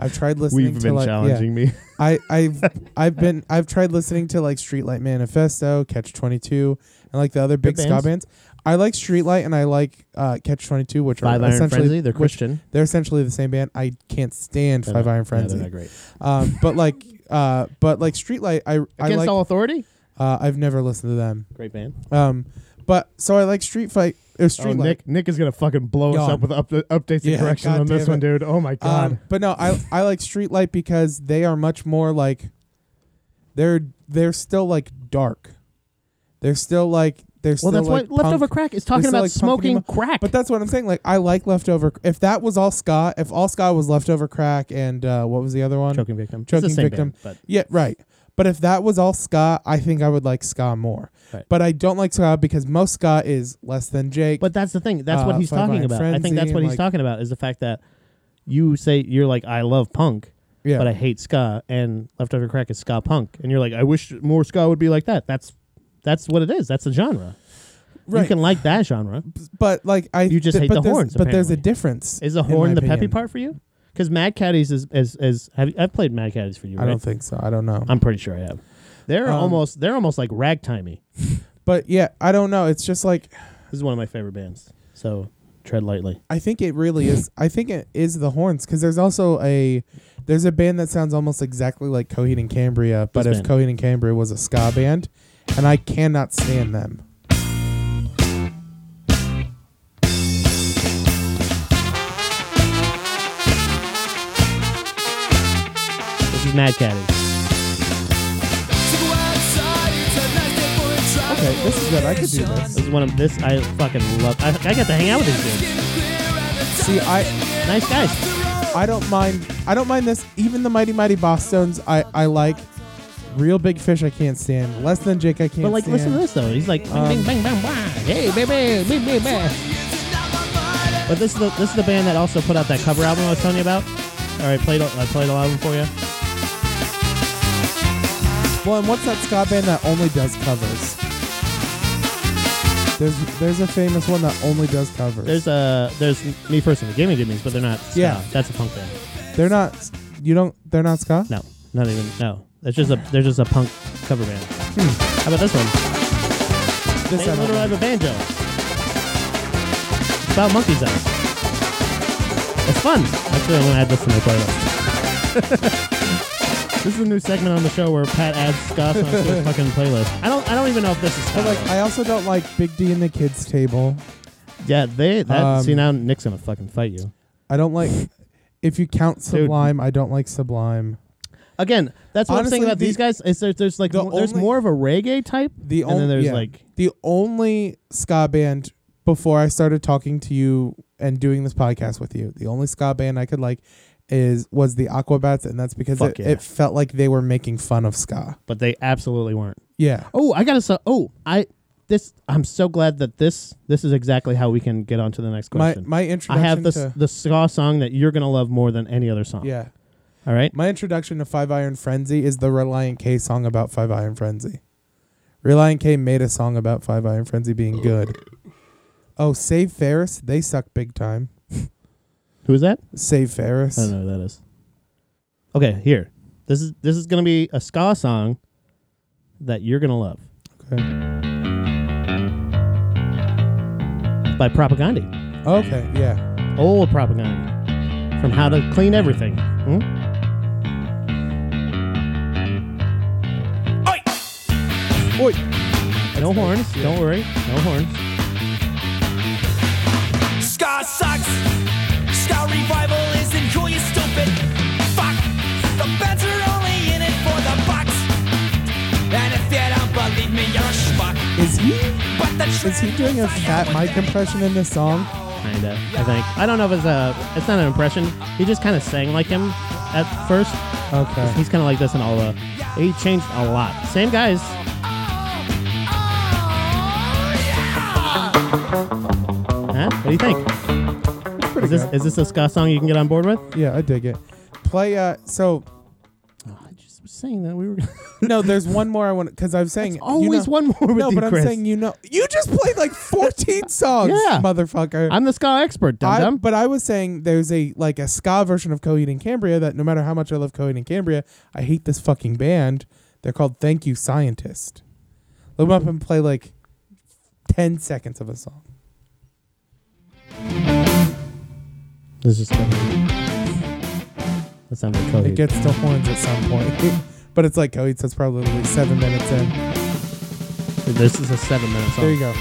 Speaker 1: I've tried listening. to like,
Speaker 2: me.
Speaker 1: Yeah, I I've I've been I've tried listening to like Streetlight Manifesto, Catch Twenty Two, and like the other big
Speaker 2: Good
Speaker 1: ska
Speaker 2: bands.
Speaker 1: bands. I like Streetlight and I like uh, Catch Twenty Two, which
Speaker 2: Five
Speaker 1: are
Speaker 2: Iron
Speaker 1: essentially
Speaker 2: Frenzy, they're
Speaker 1: which-
Speaker 2: Christian.
Speaker 1: they're essentially the same band. I can't stand Five Iron Frenzy,
Speaker 2: Yeah, they're not great.
Speaker 1: um, but like uh, but like Streetlight, I I
Speaker 2: Against
Speaker 1: like
Speaker 2: all authority?
Speaker 1: Uh, I've never listened to them.
Speaker 2: Great band.
Speaker 1: Um, but so I like Street Fight or Street
Speaker 2: Oh, Nick, Nick is gonna fucking blow us
Speaker 1: Gone.
Speaker 2: up with up, updates
Speaker 1: Yeah,
Speaker 2: and corrections
Speaker 1: God
Speaker 2: on this
Speaker 1: damn
Speaker 2: one, dude. Oh my god.
Speaker 1: Um, but no, I I like Streetlight because they are much more like they're they're still like dark. They're still like they're
Speaker 2: well,
Speaker 1: still
Speaker 2: that's
Speaker 1: like
Speaker 2: why leftover
Speaker 1: punk.
Speaker 2: crack is
Speaker 1: They're
Speaker 2: talking
Speaker 1: still,
Speaker 2: about
Speaker 1: like, punk
Speaker 2: smoking
Speaker 1: emo-
Speaker 2: crack.
Speaker 1: But that's what I'm saying. Like I like leftover. If that was all ska, if all ska was leftover crack, and uh, what was the other one?
Speaker 2: choking victim. It's the
Speaker 1: Choking
Speaker 2: same
Speaker 1: Victim.
Speaker 2: band,
Speaker 1: Yeah, right. But if that was all ska, I think I would like ska more.
Speaker 2: Right.
Speaker 1: But I don't like ska because most ska is less than Jake.
Speaker 2: but, but that's the thing. That's what
Speaker 1: Uh,
Speaker 2: he's
Speaker 1: Five
Speaker 2: talking
Speaker 1: Iron
Speaker 2: about. I think that's
Speaker 1: Frenzy
Speaker 2: what he's
Speaker 1: and, like-
Speaker 2: talking about is the fact that you say you're like I love punk,
Speaker 1: yeah,
Speaker 2: but I hate ska, and leftover crack is ska punk, and you're like I wish more ska would be like that. That's that's what it is. That's a genre.
Speaker 1: right.
Speaker 2: You can like that genre.
Speaker 1: but like I,
Speaker 2: You just hate
Speaker 1: but
Speaker 2: the
Speaker 1: there's-
Speaker 2: horns,
Speaker 1: But there's a
Speaker 2: apparently.
Speaker 1: difference.
Speaker 2: Is the
Speaker 1: in my
Speaker 2: horn the peppy
Speaker 1: opinion.
Speaker 2: part for you? Because Mad Caddies is as as have you, I've played Mad Caddies for you.
Speaker 1: I
Speaker 2: right?
Speaker 1: don't think so. I don't know.
Speaker 2: I'm pretty sure I have. They're
Speaker 1: Um,
Speaker 2: almost they're almost like ragtimey.
Speaker 1: but yeah, I don't know. It's just like
Speaker 2: This is one of my favorite bands. So tread lightly.
Speaker 1: I think it really is. I think it is the horns because there's also a there's a band that sounds almost exactly like Coheed and Cambria, but
Speaker 2: This
Speaker 1: if
Speaker 2: band.
Speaker 1: Coheed and Cambria was a ska band, and I cannot stand them.
Speaker 2: This is Mad Caddies.
Speaker 1: Okay, this is good. I could do this.
Speaker 2: This is one of this I fucking love. I, I got to hang out with these dudes.
Speaker 1: See, I
Speaker 2: Nice guys.
Speaker 1: I don't mind. I don't mind this. Even the Mighty Mighty Boston's I I like. Real big fish I can't stand. Less than Jake I can't.
Speaker 2: But like,
Speaker 1: stand.
Speaker 2: listen to this though. He's like, bing, bing, bang, bang, bang. Hey, baby, bing, bing, bang. But this is the this is the band that also put out that cover album I was telling you about. All right, played a- I played a lot of them for you.
Speaker 1: Well, and what's that ska band that only does covers? There's there's a famous one that only does covers.
Speaker 2: There's uh there's me first and the Gimme Gimmes, but they're not. ska.
Speaker 1: Yeah.
Speaker 2: that's a punk band.
Speaker 1: they're not. You don't. They're not ska.
Speaker 2: No, not even no. That's just a they're just a punk cover band.
Speaker 1: Hmm.
Speaker 2: How about this one?
Speaker 1: This
Speaker 2: They
Speaker 1: I don't
Speaker 2: literally
Speaker 1: know.
Speaker 2: have a banjo. It's about monkeys out. It's fun. Actually, I'm gonna add this to my playlist. this is a new segment on the show where Pat adds stuff onto his fucking playlist. I don't I don't even know if this is
Speaker 1: But
Speaker 2: ska.
Speaker 1: like, I also don't like Big D and the Kids Table.
Speaker 2: yeah, they that
Speaker 1: Um,
Speaker 2: see now Nick's gonna fucking fight you.
Speaker 1: I don't like. If you count Sublime, I don't like Sublime.
Speaker 2: Again, that's what I'm saying
Speaker 1: Honestly,
Speaker 2: about
Speaker 1: the-
Speaker 2: these guys. Is there, there's like
Speaker 1: the
Speaker 2: mo- there's
Speaker 1: only-
Speaker 2: more of a reggae type,
Speaker 1: The
Speaker 2: and
Speaker 1: only
Speaker 2: then there's
Speaker 1: yeah.
Speaker 2: like
Speaker 1: the only ska band before I started talking to you and doing this podcast with you. The only ska band I could like is was the Aquabats, and that's because
Speaker 2: Fuck
Speaker 1: it,
Speaker 2: yeah.
Speaker 1: it felt like they were making fun of ska.
Speaker 2: but they absolutely weren't.
Speaker 1: Yeah.
Speaker 2: Oh, I gotta say. Oh, I this. I'm so glad that this this is exactly how we can get on to the next
Speaker 1: my
Speaker 2: question.
Speaker 1: my
Speaker 2: I
Speaker 1: introduction
Speaker 2: have this
Speaker 1: to,
Speaker 2: the ska song that you're gonna love more than any other song.
Speaker 1: yeah
Speaker 2: All right.
Speaker 1: my introduction to five iron frenzy is the reliant k song about five iron frenzy reliant k made a song about five iron frenzy being good oh save ferris they suck big time
Speaker 2: Who is that?
Speaker 1: save
Speaker 2: I don't
Speaker 1: ferris
Speaker 2: know who that is. Okay, here. This is this is gonna be a ska song that you're gonna love
Speaker 1: okay.
Speaker 2: by Propaganda,
Speaker 1: okay yeah
Speaker 2: old Propaganda, from How to Clean Everything. Hmm?
Speaker 1: Oi.
Speaker 2: No horns. Don't worry. No horns.
Speaker 6: Scar sucks. Scar revival isn't cool, you stupid. Fuck. The fans are only in it for the bucks. And if you don't believe me, you're a schmuck.
Speaker 1: is he
Speaker 6: But the truth
Speaker 1: is he doing a fat mic impression in this song
Speaker 2: Kinda, I think. I don't know if it's a. It's not an impression. He just kind of sang like him at first.
Speaker 1: okay
Speaker 2: He's kind of like this in all the. He changed a lot. Same guys.
Speaker 6: Oh, oh,
Speaker 2: Huh? What do you think?
Speaker 1: pretty
Speaker 2: Is this
Speaker 1: good
Speaker 2: is this a ska song you can get on board with?
Speaker 1: yeah i dig it play uh so
Speaker 2: I just was saying that we were.
Speaker 1: no there's one more i want because i'm saying you
Speaker 2: always
Speaker 1: know-
Speaker 2: one more with
Speaker 1: no,
Speaker 2: you,
Speaker 1: but
Speaker 2: Chris.
Speaker 1: I'm saying you know you just played like 14 songs,
Speaker 2: Yeah.
Speaker 1: motherfucker.
Speaker 2: I'm the ska expert, dum
Speaker 1: I-
Speaker 2: dum.
Speaker 1: but I was saying there's a like a ska version of Coheed and Cambria that no matter how much I love Coheed and Cambria, I hate this fucking band. They're called Thank You Scientist. Look them up and play like ten seconds of a song.
Speaker 2: This is. That sounds like
Speaker 1: It
Speaker 2: Coheed.
Speaker 1: gets to horns at some point, but it's like Coheed, so it's probably seven minutes in.
Speaker 2: This is a seven minute song.
Speaker 1: There you go.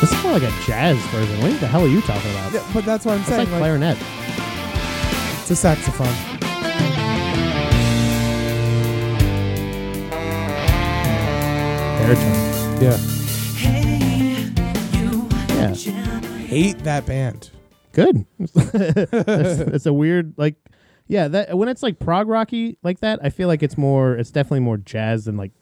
Speaker 2: This is more like a jazz version. What the hell are you talking about?
Speaker 1: Yeah, but that's what I'm
Speaker 2: It's like
Speaker 1: saying. like,
Speaker 2: clarinet.
Speaker 1: it's a saxophone.
Speaker 2: Baritone.
Speaker 1: Yeah.
Speaker 2: Yeah.
Speaker 1: Hate that band.
Speaker 2: Good. it's, it's a weird like yeah, that when it's like prog rocky like that, I feel like it's more it's definitely more jazz than like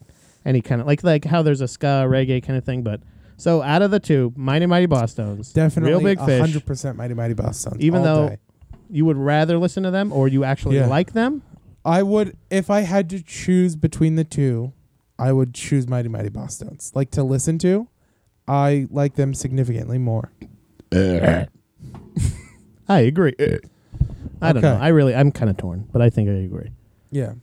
Speaker 2: any kind of like like how there's a ska reggae kind of thing, but so out of the two, Mighty Mighty Boss Stones,
Speaker 1: Definitely
Speaker 2: real big fish.
Speaker 1: 100% Mighty Mighty Boss Stones.
Speaker 2: Even
Speaker 1: all
Speaker 2: though
Speaker 1: day.
Speaker 2: you would rather listen to them or you actually
Speaker 1: Yeah.
Speaker 2: like them,
Speaker 1: I would, if I had to choose between the two, I would choose Mighty Mighty Boss Stones. Like to listen to, I like them significantly more.
Speaker 2: I agree. Uh, I don't know.
Speaker 1: Okay.
Speaker 2: I really I'm kind of torn, but I think I agree.
Speaker 1: Yeah.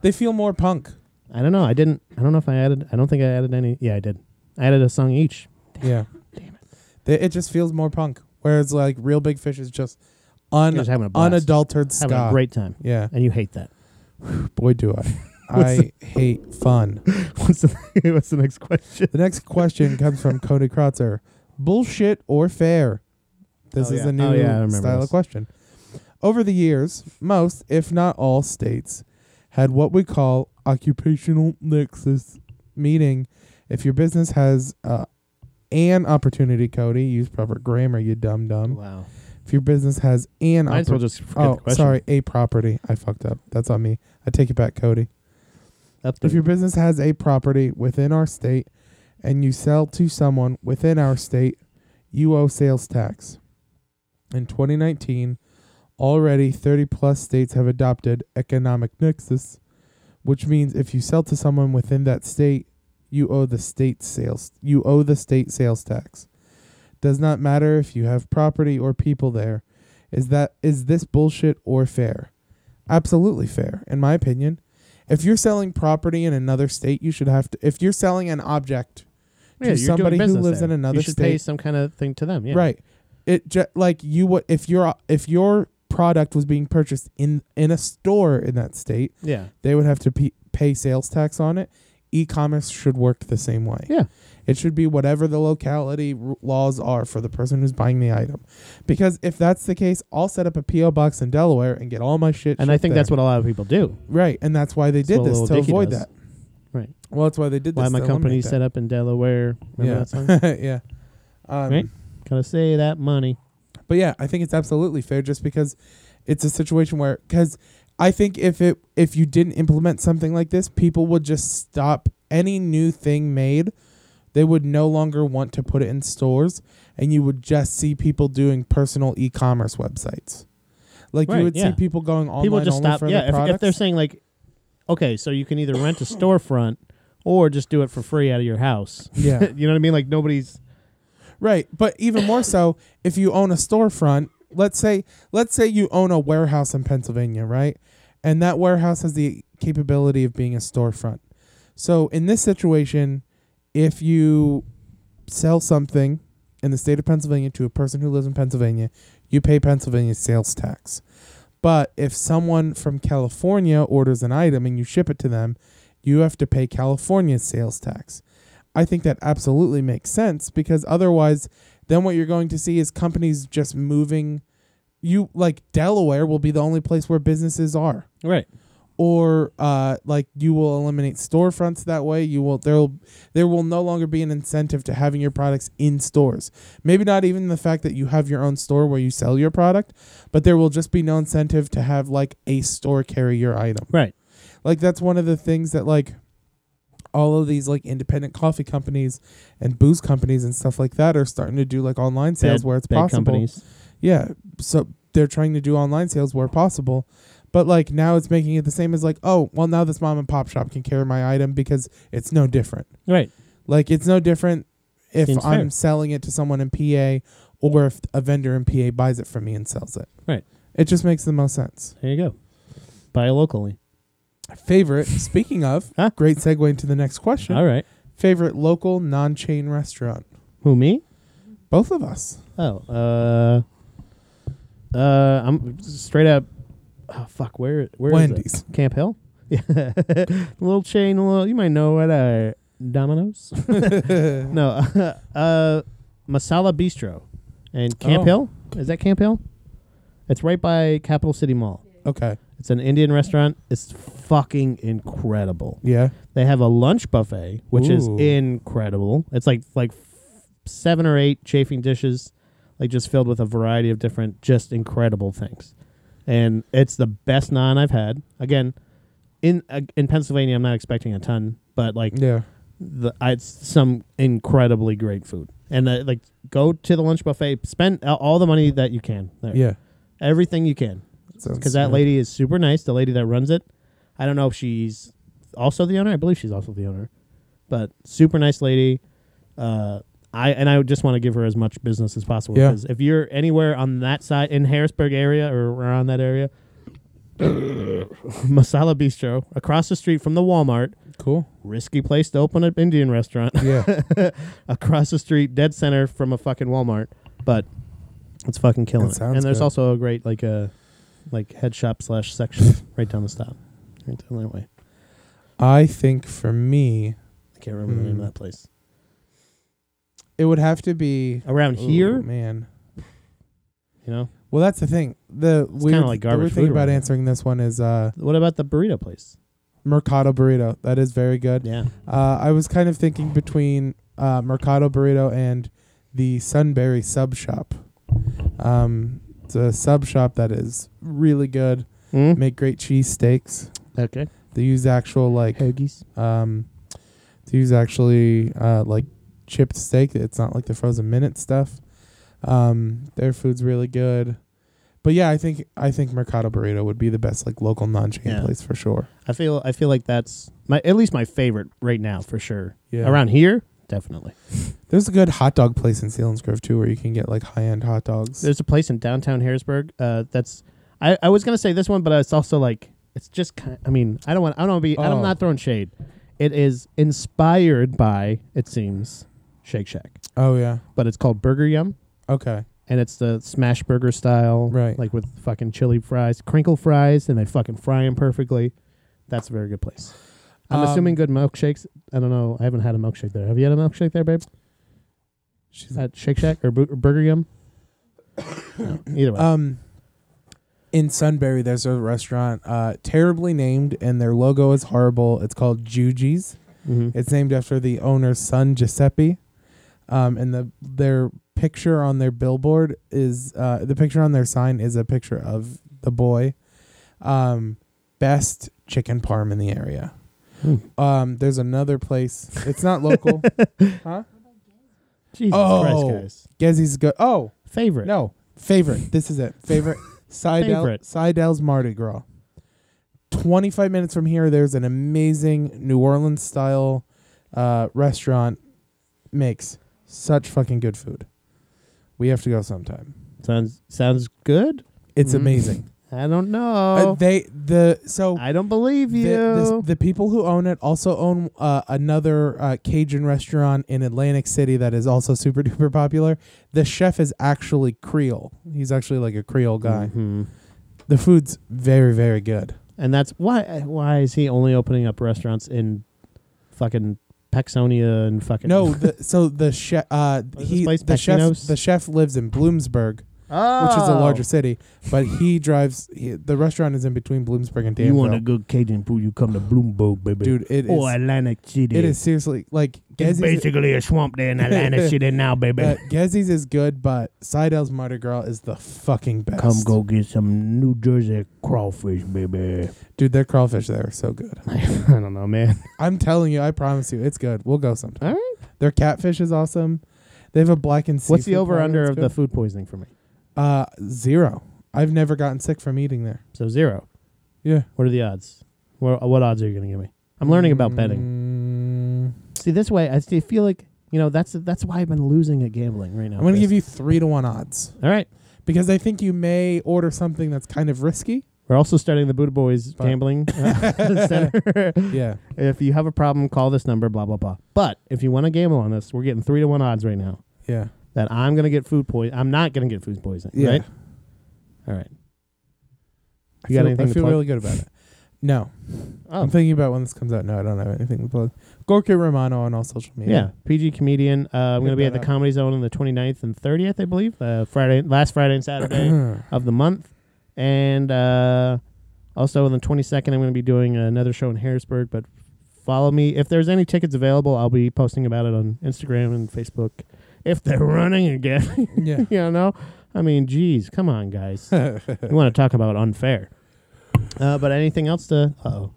Speaker 1: They feel more punk.
Speaker 2: I don't know. I didn't. I don't know if I added. I don't think I added any. Yeah, I did. I added a song each.
Speaker 1: Yeah. They, it just feels more punk. Whereas like Real Big Fish is just un
Speaker 2: Just having a blast.
Speaker 1: unadulterated ska.
Speaker 2: Having a great time,
Speaker 1: yeah.
Speaker 2: and you hate that.
Speaker 1: Boy do I. I hate fun.
Speaker 2: What's the, what's the next question?
Speaker 1: The next question comes from Cody Kratzer. Bullshit or fair? This
Speaker 2: Oh,
Speaker 1: is
Speaker 2: yeah.
Speaker 1: a new
Speaker 2: Oh, yeah, I remember
Speaker 1: style
Speaker 2: this.
Speaker 1: of question. Over the years, most, if not all, states had what we call occupational nexus, meaning if your business has uh, an opportunity, Cody, use proper grammar, you dumb dumb.
Speaker 2: Wow.
Speaker 1: If your business has an
Speaker 2: Might as well
Speaker 1: opportunity.
Speaker 2: just forget the
Speaker 1: Oh,
Speaker 2: question.
Speaker 1: sorry, a property. I fucked up. That's on me. I take it back, Cody.
Speaker 2: Up
Speaker 1: If your business has a property within our state and you sell to someone within our state, you owe sales tax. In 2019, already 30 plus states have adopted economic nexus, which means if you sell to someone within that state, you owe the state sales you owe the state sales tax. Does not matter if you have property or people there. Is that is this bullshit or fair? Absolutely fair, in my opinion. If you're selling property in another state, you should have to. If you're selling an object,
Speaker 2: yeah, you're
Speaker 1: to somebody who
Speaker 2: doing business
Speaker 1: lives
Speaker 2: there.
Speaker 1: in another
Speaker 2: you should pay
Speaker 1: state.
Speaker 2: some kind of thing to them. Yeah.
Speaker 1: right? It ju- like you would if your if your product was being purchased in in a store in that state,
Speaker 2: Yeah.
Speaker 1: they would have to pe pay sales tax on it. E-commerce should work the same way.
Speaker 2: Yeah.
Speaker 1: It should be whatever the locality r- laws are for the person who's buying the item. Because if that's the case, I'll set up a PO box in Delaware and get all my shit.
Speaker 2: And I
Speaker 1: shipped
Speaker 2: think
Speaker 1: there.
Speaker 2: that's what a lot of people do.
Speaker 1: right, and that's why they did
Speaker 2: what
Speaker 1: this
Speaker 2: Lil
Speaker 1: to
Speaker 2: Dicky
Speaker 1: avoid
Speaker 2: does.
Speaker 1: that.
Speaker 2: Right.
Speaker 1: Well, that's why they did
Speaker 2: Why
Speaker 1: this.
Speaker 2: my
Speaker 1: to
Speaker 2: company
Speaker 1: eliminate that.
Speaker 2: set up in Delaware. Remember that song?
Speaker 1: yeah, yeah. Um,
Speaker 2: right. Gotta say that money.
Speaker 1: But yeah, I think it's absolutely fair just because it's a situation where because I think if it if you didn't implement something like this, people would just stop any new thing made. They would no longer want to put it in stores, and you would just see people doing personal e-commerce websites. Like
Speaker 2: Right,
Speaker 1: you would
Speaker 2: yeah.
Speaker 1: see people going online
Speaker 2: people just
Speaker 1: only
Speaker 2: stop.
Speaker 1: for
Speaker 2: Yeah.
Speaker 1: the
Speaker 2: If,
Speaker 1: products.
Speaker 2: if they're saying like, okay, so you can either rent a storefront or just do it for free out of your house.
Speaker 1: yeah,
Speaker 2: you know what I mean? Like nobody's.
Speaker 1: Right, but even more so if you own a storefront. Let's say let's say you own a warehouse in Pennsylvania, right? And that warehouse has the capability of being a storefront. So in this situation, if you sell something in the state of Pennsylvania to a person who lives in Pennsylvania, you pay Pennsylvania sales tax. But if someone from California orders an item and you ship it to them, you have to pay California's sales tax. I think that absolutely makes sense because otherwise, then what you're going to see is companies just moving. You like Delaware will be the only place where businesses are,
Speaker 2: Right.
Speaker 1: or uh, like you will eliminate storefronts that way. You will there will there will no longer be an incentive to having your products in stores. Maybe not even the fact that you have your own store where you sell your product, but there will just be no incentive to have like a store carry your item
Speaker 2: Right.
Speaker 1: like that's one of the things that like all of these like independent coffee companies and booze companies and stuff like that are starting to do like online sales
Speaker 2: Bad-
Speaker 1: where it's
Speaker 2: bad
Speaker 1: possible.
Speaker 2: companies.
Speaker 1: Yeah, so they're trying to do online sales where possible, but like now it's making it the same as like oh well now this mom and pop shop can carry my item because it's no different.
Speaker 2: Right.
Speaker 1: Like it's no different if
Speaker 2: Seems
Speaker 1: I'm
Speaker 2: fair.
Speaker 1: selling it to someone in PA or if a vendor in PA buys it from me and sells it.
Speaker 2: Right.
Speaker 1: It just makes the most sense.
Speaker 2: There you go. Buy locally.
Speaker 1: Favorite. Speaking of,
Speaker 2: Huh?
Speaker 1: great segue into the next question.
Speaker 2: All right.
Speaker 1: Favorite local non chain restaurant?
Speaker 2: Who me?
Speaker 1: Both of us.
Speaker 2: Oh, uh, uh, I'm straight up. Oh fuck, where where is it?
Speaker 1: Wendy's.
Speaker 2: Camp Hill. Yeah. a little chain, a little. You might know what uh, Domino's. no, uh, Masala Bistro, and Camp
Speaker 1: Oh.
Speaker 2: Hill. Is that Camp Hill? It's right by Capital City Mall.
Speaker 1: Okay.
Speaker 2: It's an Indian restaurant. It's fucking incredible.
Speaker 1: Yeah.
Speaker 2: They have a lunch buffet, which is
Speaker 1: Ooh.
Speaker 2: incredible. It's like like f- seven or eight chafing dishes, like just filled with a variety of different, just incredible things. And it's the best naan I've had. Again, in uh, in Pennsylvania, I'm not expecting a ton, but like
Speaker 1: Yeah.
Speaker 2: the I, it's some incredibly great food. And uh, like go to the lunch buffet, spend a- all the money that you can there.
Speaker 1: Yeah.
Speaker 2: everything you can because that lady is super nice. The lady that runs it, I don't know if she's also the owner. I believe she's also the owner, but super nice lady. Uh, I and I would just want to give her as much business as possible.
Speaker 1: Yeah.
Speaker 2: Because if you're anywhere on that side in Harrisburg area or around that area, Masala Bistro across the street from the Walmart,
Speaker 1: cool.
Speaker 2: risky place to open an Indian restaurant
Speaker 1: Yeah.
Speaker 2: across the street, dead center from a fucking Walmart. But it's fucking killing
Speaker 1: That
Speaker 2: it.
Speaker 1: sounds
Speaker 2: And there's
Speaker 1: good.
Speaker 2: also a great like uh, like head shop slash section right down the stop, right down that way.
Speaker 1: I think for me,
Speaker 2: I can't remember the name
Speaker 1: Hmm.
Speaker 2: of that place.
Speaker 1: it would have to be
Speaker 2: Around
Speaker 1: Ooh,
Speaker 2: here,
Speaker 1: man.
Speaker 2: you know.
Speaker 1: Well, that's the thing. The weird,
Speaker 2: like
Speaker 1: the weird
Speaker 2: garbage
Speaker 1: thing
Speaker 2: food
Speaker 1: about
Speaker 2: around here.
Speaker 1: answering this one is uh,
Speaker 2: What about the burrito place?
Speaker 1: Mercado Burrito. That is very good.
Speaker 2: Yeah,
Speaker 1: Uh, I was kind of thinking between uh, Mercado Burrito and the Sunberry Sub Shop. Um, it's a sub shop that is really good.
Speaker 2: mm?
Speaker 1: Make great cheese steaks.
Speaker 2: okay.
Speaker 1: They use actual like
Speaker 2: Hoagies.
Speaker 1: um, they use actually uh, like chipped steak. It's not like the frozen minute stuff. Um, their food's really good. But yeah, I think I think Mercado Burrito would be the best like local non-chain
Speaker 2: Yeah.
Speaker 1: place for sure.
Speaker 2: I feel I feel like that's my at least my favorite right now for sure.
Speaker 1: Yeah.
Speaker 2: Around here, definitely.
Speaker 1: There's a good hot dog place in Sealands Grove too, where you can get like high-end hot dogs.
Speaker 2: There's a place in downtown Harrisburg. Uh, that's I, I was gonna say this one, but it's also like it's just kind. I mean, I don't want. I don't want to be.
Speaker 1: Oh.
Speaker 2: I'm not throwing shade. It is inspired by it seems Shake Shack,
Speaker 1: oh yeah.
Speaker 2: but it's called Burger Yum,
Speaker 1: Okay.
Speaker 2: and it's the smash burger style,
Speaker 1: Right.
Speaker 2: Like with fucking chili fries, crinkle fries, and they fucking fry them perfectly. That's a very good place. I'm
Speaker 1: Um,
Speaker 2: assuming good milkshakes. I don't know. I haven't had a milkshake there. Have you had a milkshake there, babe?
Speaker 1: She's
Speaker 2: At Shake Shack or, Bu- or Burger Yum? No, either way.
Speaker 1: um in Sunbury there's a restaurant uh terribly named and their logo is horrible. It's called Juji's.
Speaker 2: Mhm.
Speaker 1: It's named after the owner's son Giuseppe. Um and the their picture on their billboard is uh the picture on their sign is a picture of the boy. Um best chicken parm in the area. Um there's another place. It's not local. huh?
Speaker 2: Jesus
Speaker 1: Oh.
Speaker 2: Christ, guys.
Speaker 1: Gezzy's good. Oh,
Speaker 2: Favorite.
Speaker 1: No, favorite. This is it. Favorite. Seidel,
Speaker 2: Favorite.
Speaker 1: Seidel's Mardi Gras. 25 minutes from here, there's an amazing New Orleans style uh, restaurant. Makes such fucking good food. We have to go sometime.
Speaker 2: Sounds sounds good.
Speaker 1: It's
Speaker 2: Mm.
Speaker 1: amazing.
Speaker 2: I don't
Speaker 1: Uh,
Speaker 2: know.
Speaker 1: they the so
Speaker 2: Oh. I don't believe
Speaker 1: the,
Speaker 2: you.
Speaker 1: this, the people who own it also own uh, another uh, Cajun restaurant in Atlantic City that is also super duper popular. The chef is actually Creole. He's actually like a Creole guy.
Speaker 2: Mhm.
Speaker 1: The food's very, very good.
Speaker 2: And that's why why is he only opening up restaurants in fucking Paxonia and fucking
Speaker 1: No, the, so the chef, uh,
Speaker 2: Is
Speaker 1: he,
Speaker 2: this place
Speaker 1: the chef,
Speaker 2: Pacino's?
Speaker 1: the chef lives in Bloomsburg,
Speaker 2: oh.
Speaker 1: which is a larger city, but he drives. He, the restaurant is in between Bloomsburg and Danville.
Speaker 2: good Cajun food? You come to Bloomberg, baby. Oh,
Speaker 1: dude? It is.
Speaker 2: Atlantic City.
Speaker 1: it is seriously like Gezzy's.
Speaker 2: basically a swamp there in
Speaker 1: Atlantic
Speaker 2: City now, baby.
Speaker 1: Uh, Gezzy's is good, but Seidel's Mardi Gras is the fucking best.
Speaker 2: get some New Jersey crawfish, baby.
Speaker 1: dude. Their crawfish there are so good.
Speaker 2: I don't know, man.
Speaker 1: I'm telling you, I promise you, it's good. We'll go sometime.
Speaker 2: All right.
Speaker 1: Their catfish is awesome. They have a blackened.
Speaker 2: What's the
Speaker 1: seafood
Speaker 2: over
Speaker 1: platter
Speaker 2: under
Speaker 1: that's
Speaker 2: of the
Speaker 1: good.
Speaker 2: food poisoning for me?
Speaker 1: Uh, zero. I've never gotten sick from eating there.
Speaker 2: So zero.
Speaker 1: Yeah.
Speaker 2: What are the odds? What, what odds are you going to give me? I'm learning about betting.
Speaker 1: Mm,
Speaker 2: See, this way, I see- feel like you know that's that's why I've been losing at gambling right now.
Speaker 1: I'm going to give you three to one odds
Speaker 2: All right.
Speaker 1: because I think you may order something that's kind of risky.
Speaker 2: We're also starting the Buddha Boys
Speaker 1: Fine.
Speaker 2: gambling uh, center.
Speaker 1: Yeah.
Speaker 2: if you have a problem, call this number. Blah blah blah. But if you want to gamble on this, we're getting three to one odds right now
Speaker 1: Yeah.
Speaker 2: that I'm going to get food poison. I'm not going to get food poisoning.
Speaker 1: Yeah.
Speaker 2: Right. All right.
Speaker 1: I
Speaker 2: You got
Speaker 1: feel,
Speaker 2: anything
Speaker 1: I
Speaker 2: to
Speaker 1: feel
Speaker 2: plug?
Speaker 1: really good about it. No.
Speaker 2: Oh.
Speaker 1: I'm thinking about when this comes out. No, I don't have anything to plug. Gorka Romano on all social
Speaker 2: Yeah.
Speaker 1: media.
Speaker 2: PG comedian. Uh, I'm going to be
Speaker 1: that
Speaker 2: at the
Speaker 1: up.
Speaker 2: Comedy Zone on the 29th and 30th, I believe. Uh, Friday, last Friday and Saturday of the month, and uh, also on the 22nd, I'm going to be doing another show in Harrisburg. But follow me if there's any tickets available. I'll be posting about it on Instagram and Facebook if they're running again.
Speaker 1: Yeah.
Speaker 2: you know, I mean, geez, come on, guys. you want to talk about unfair? Uh, but anything else to? Oh,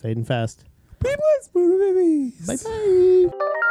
Speaker 2: fading fast.
Speaker 1: People at Spoon Babies.
Speaker 2: Bye bye.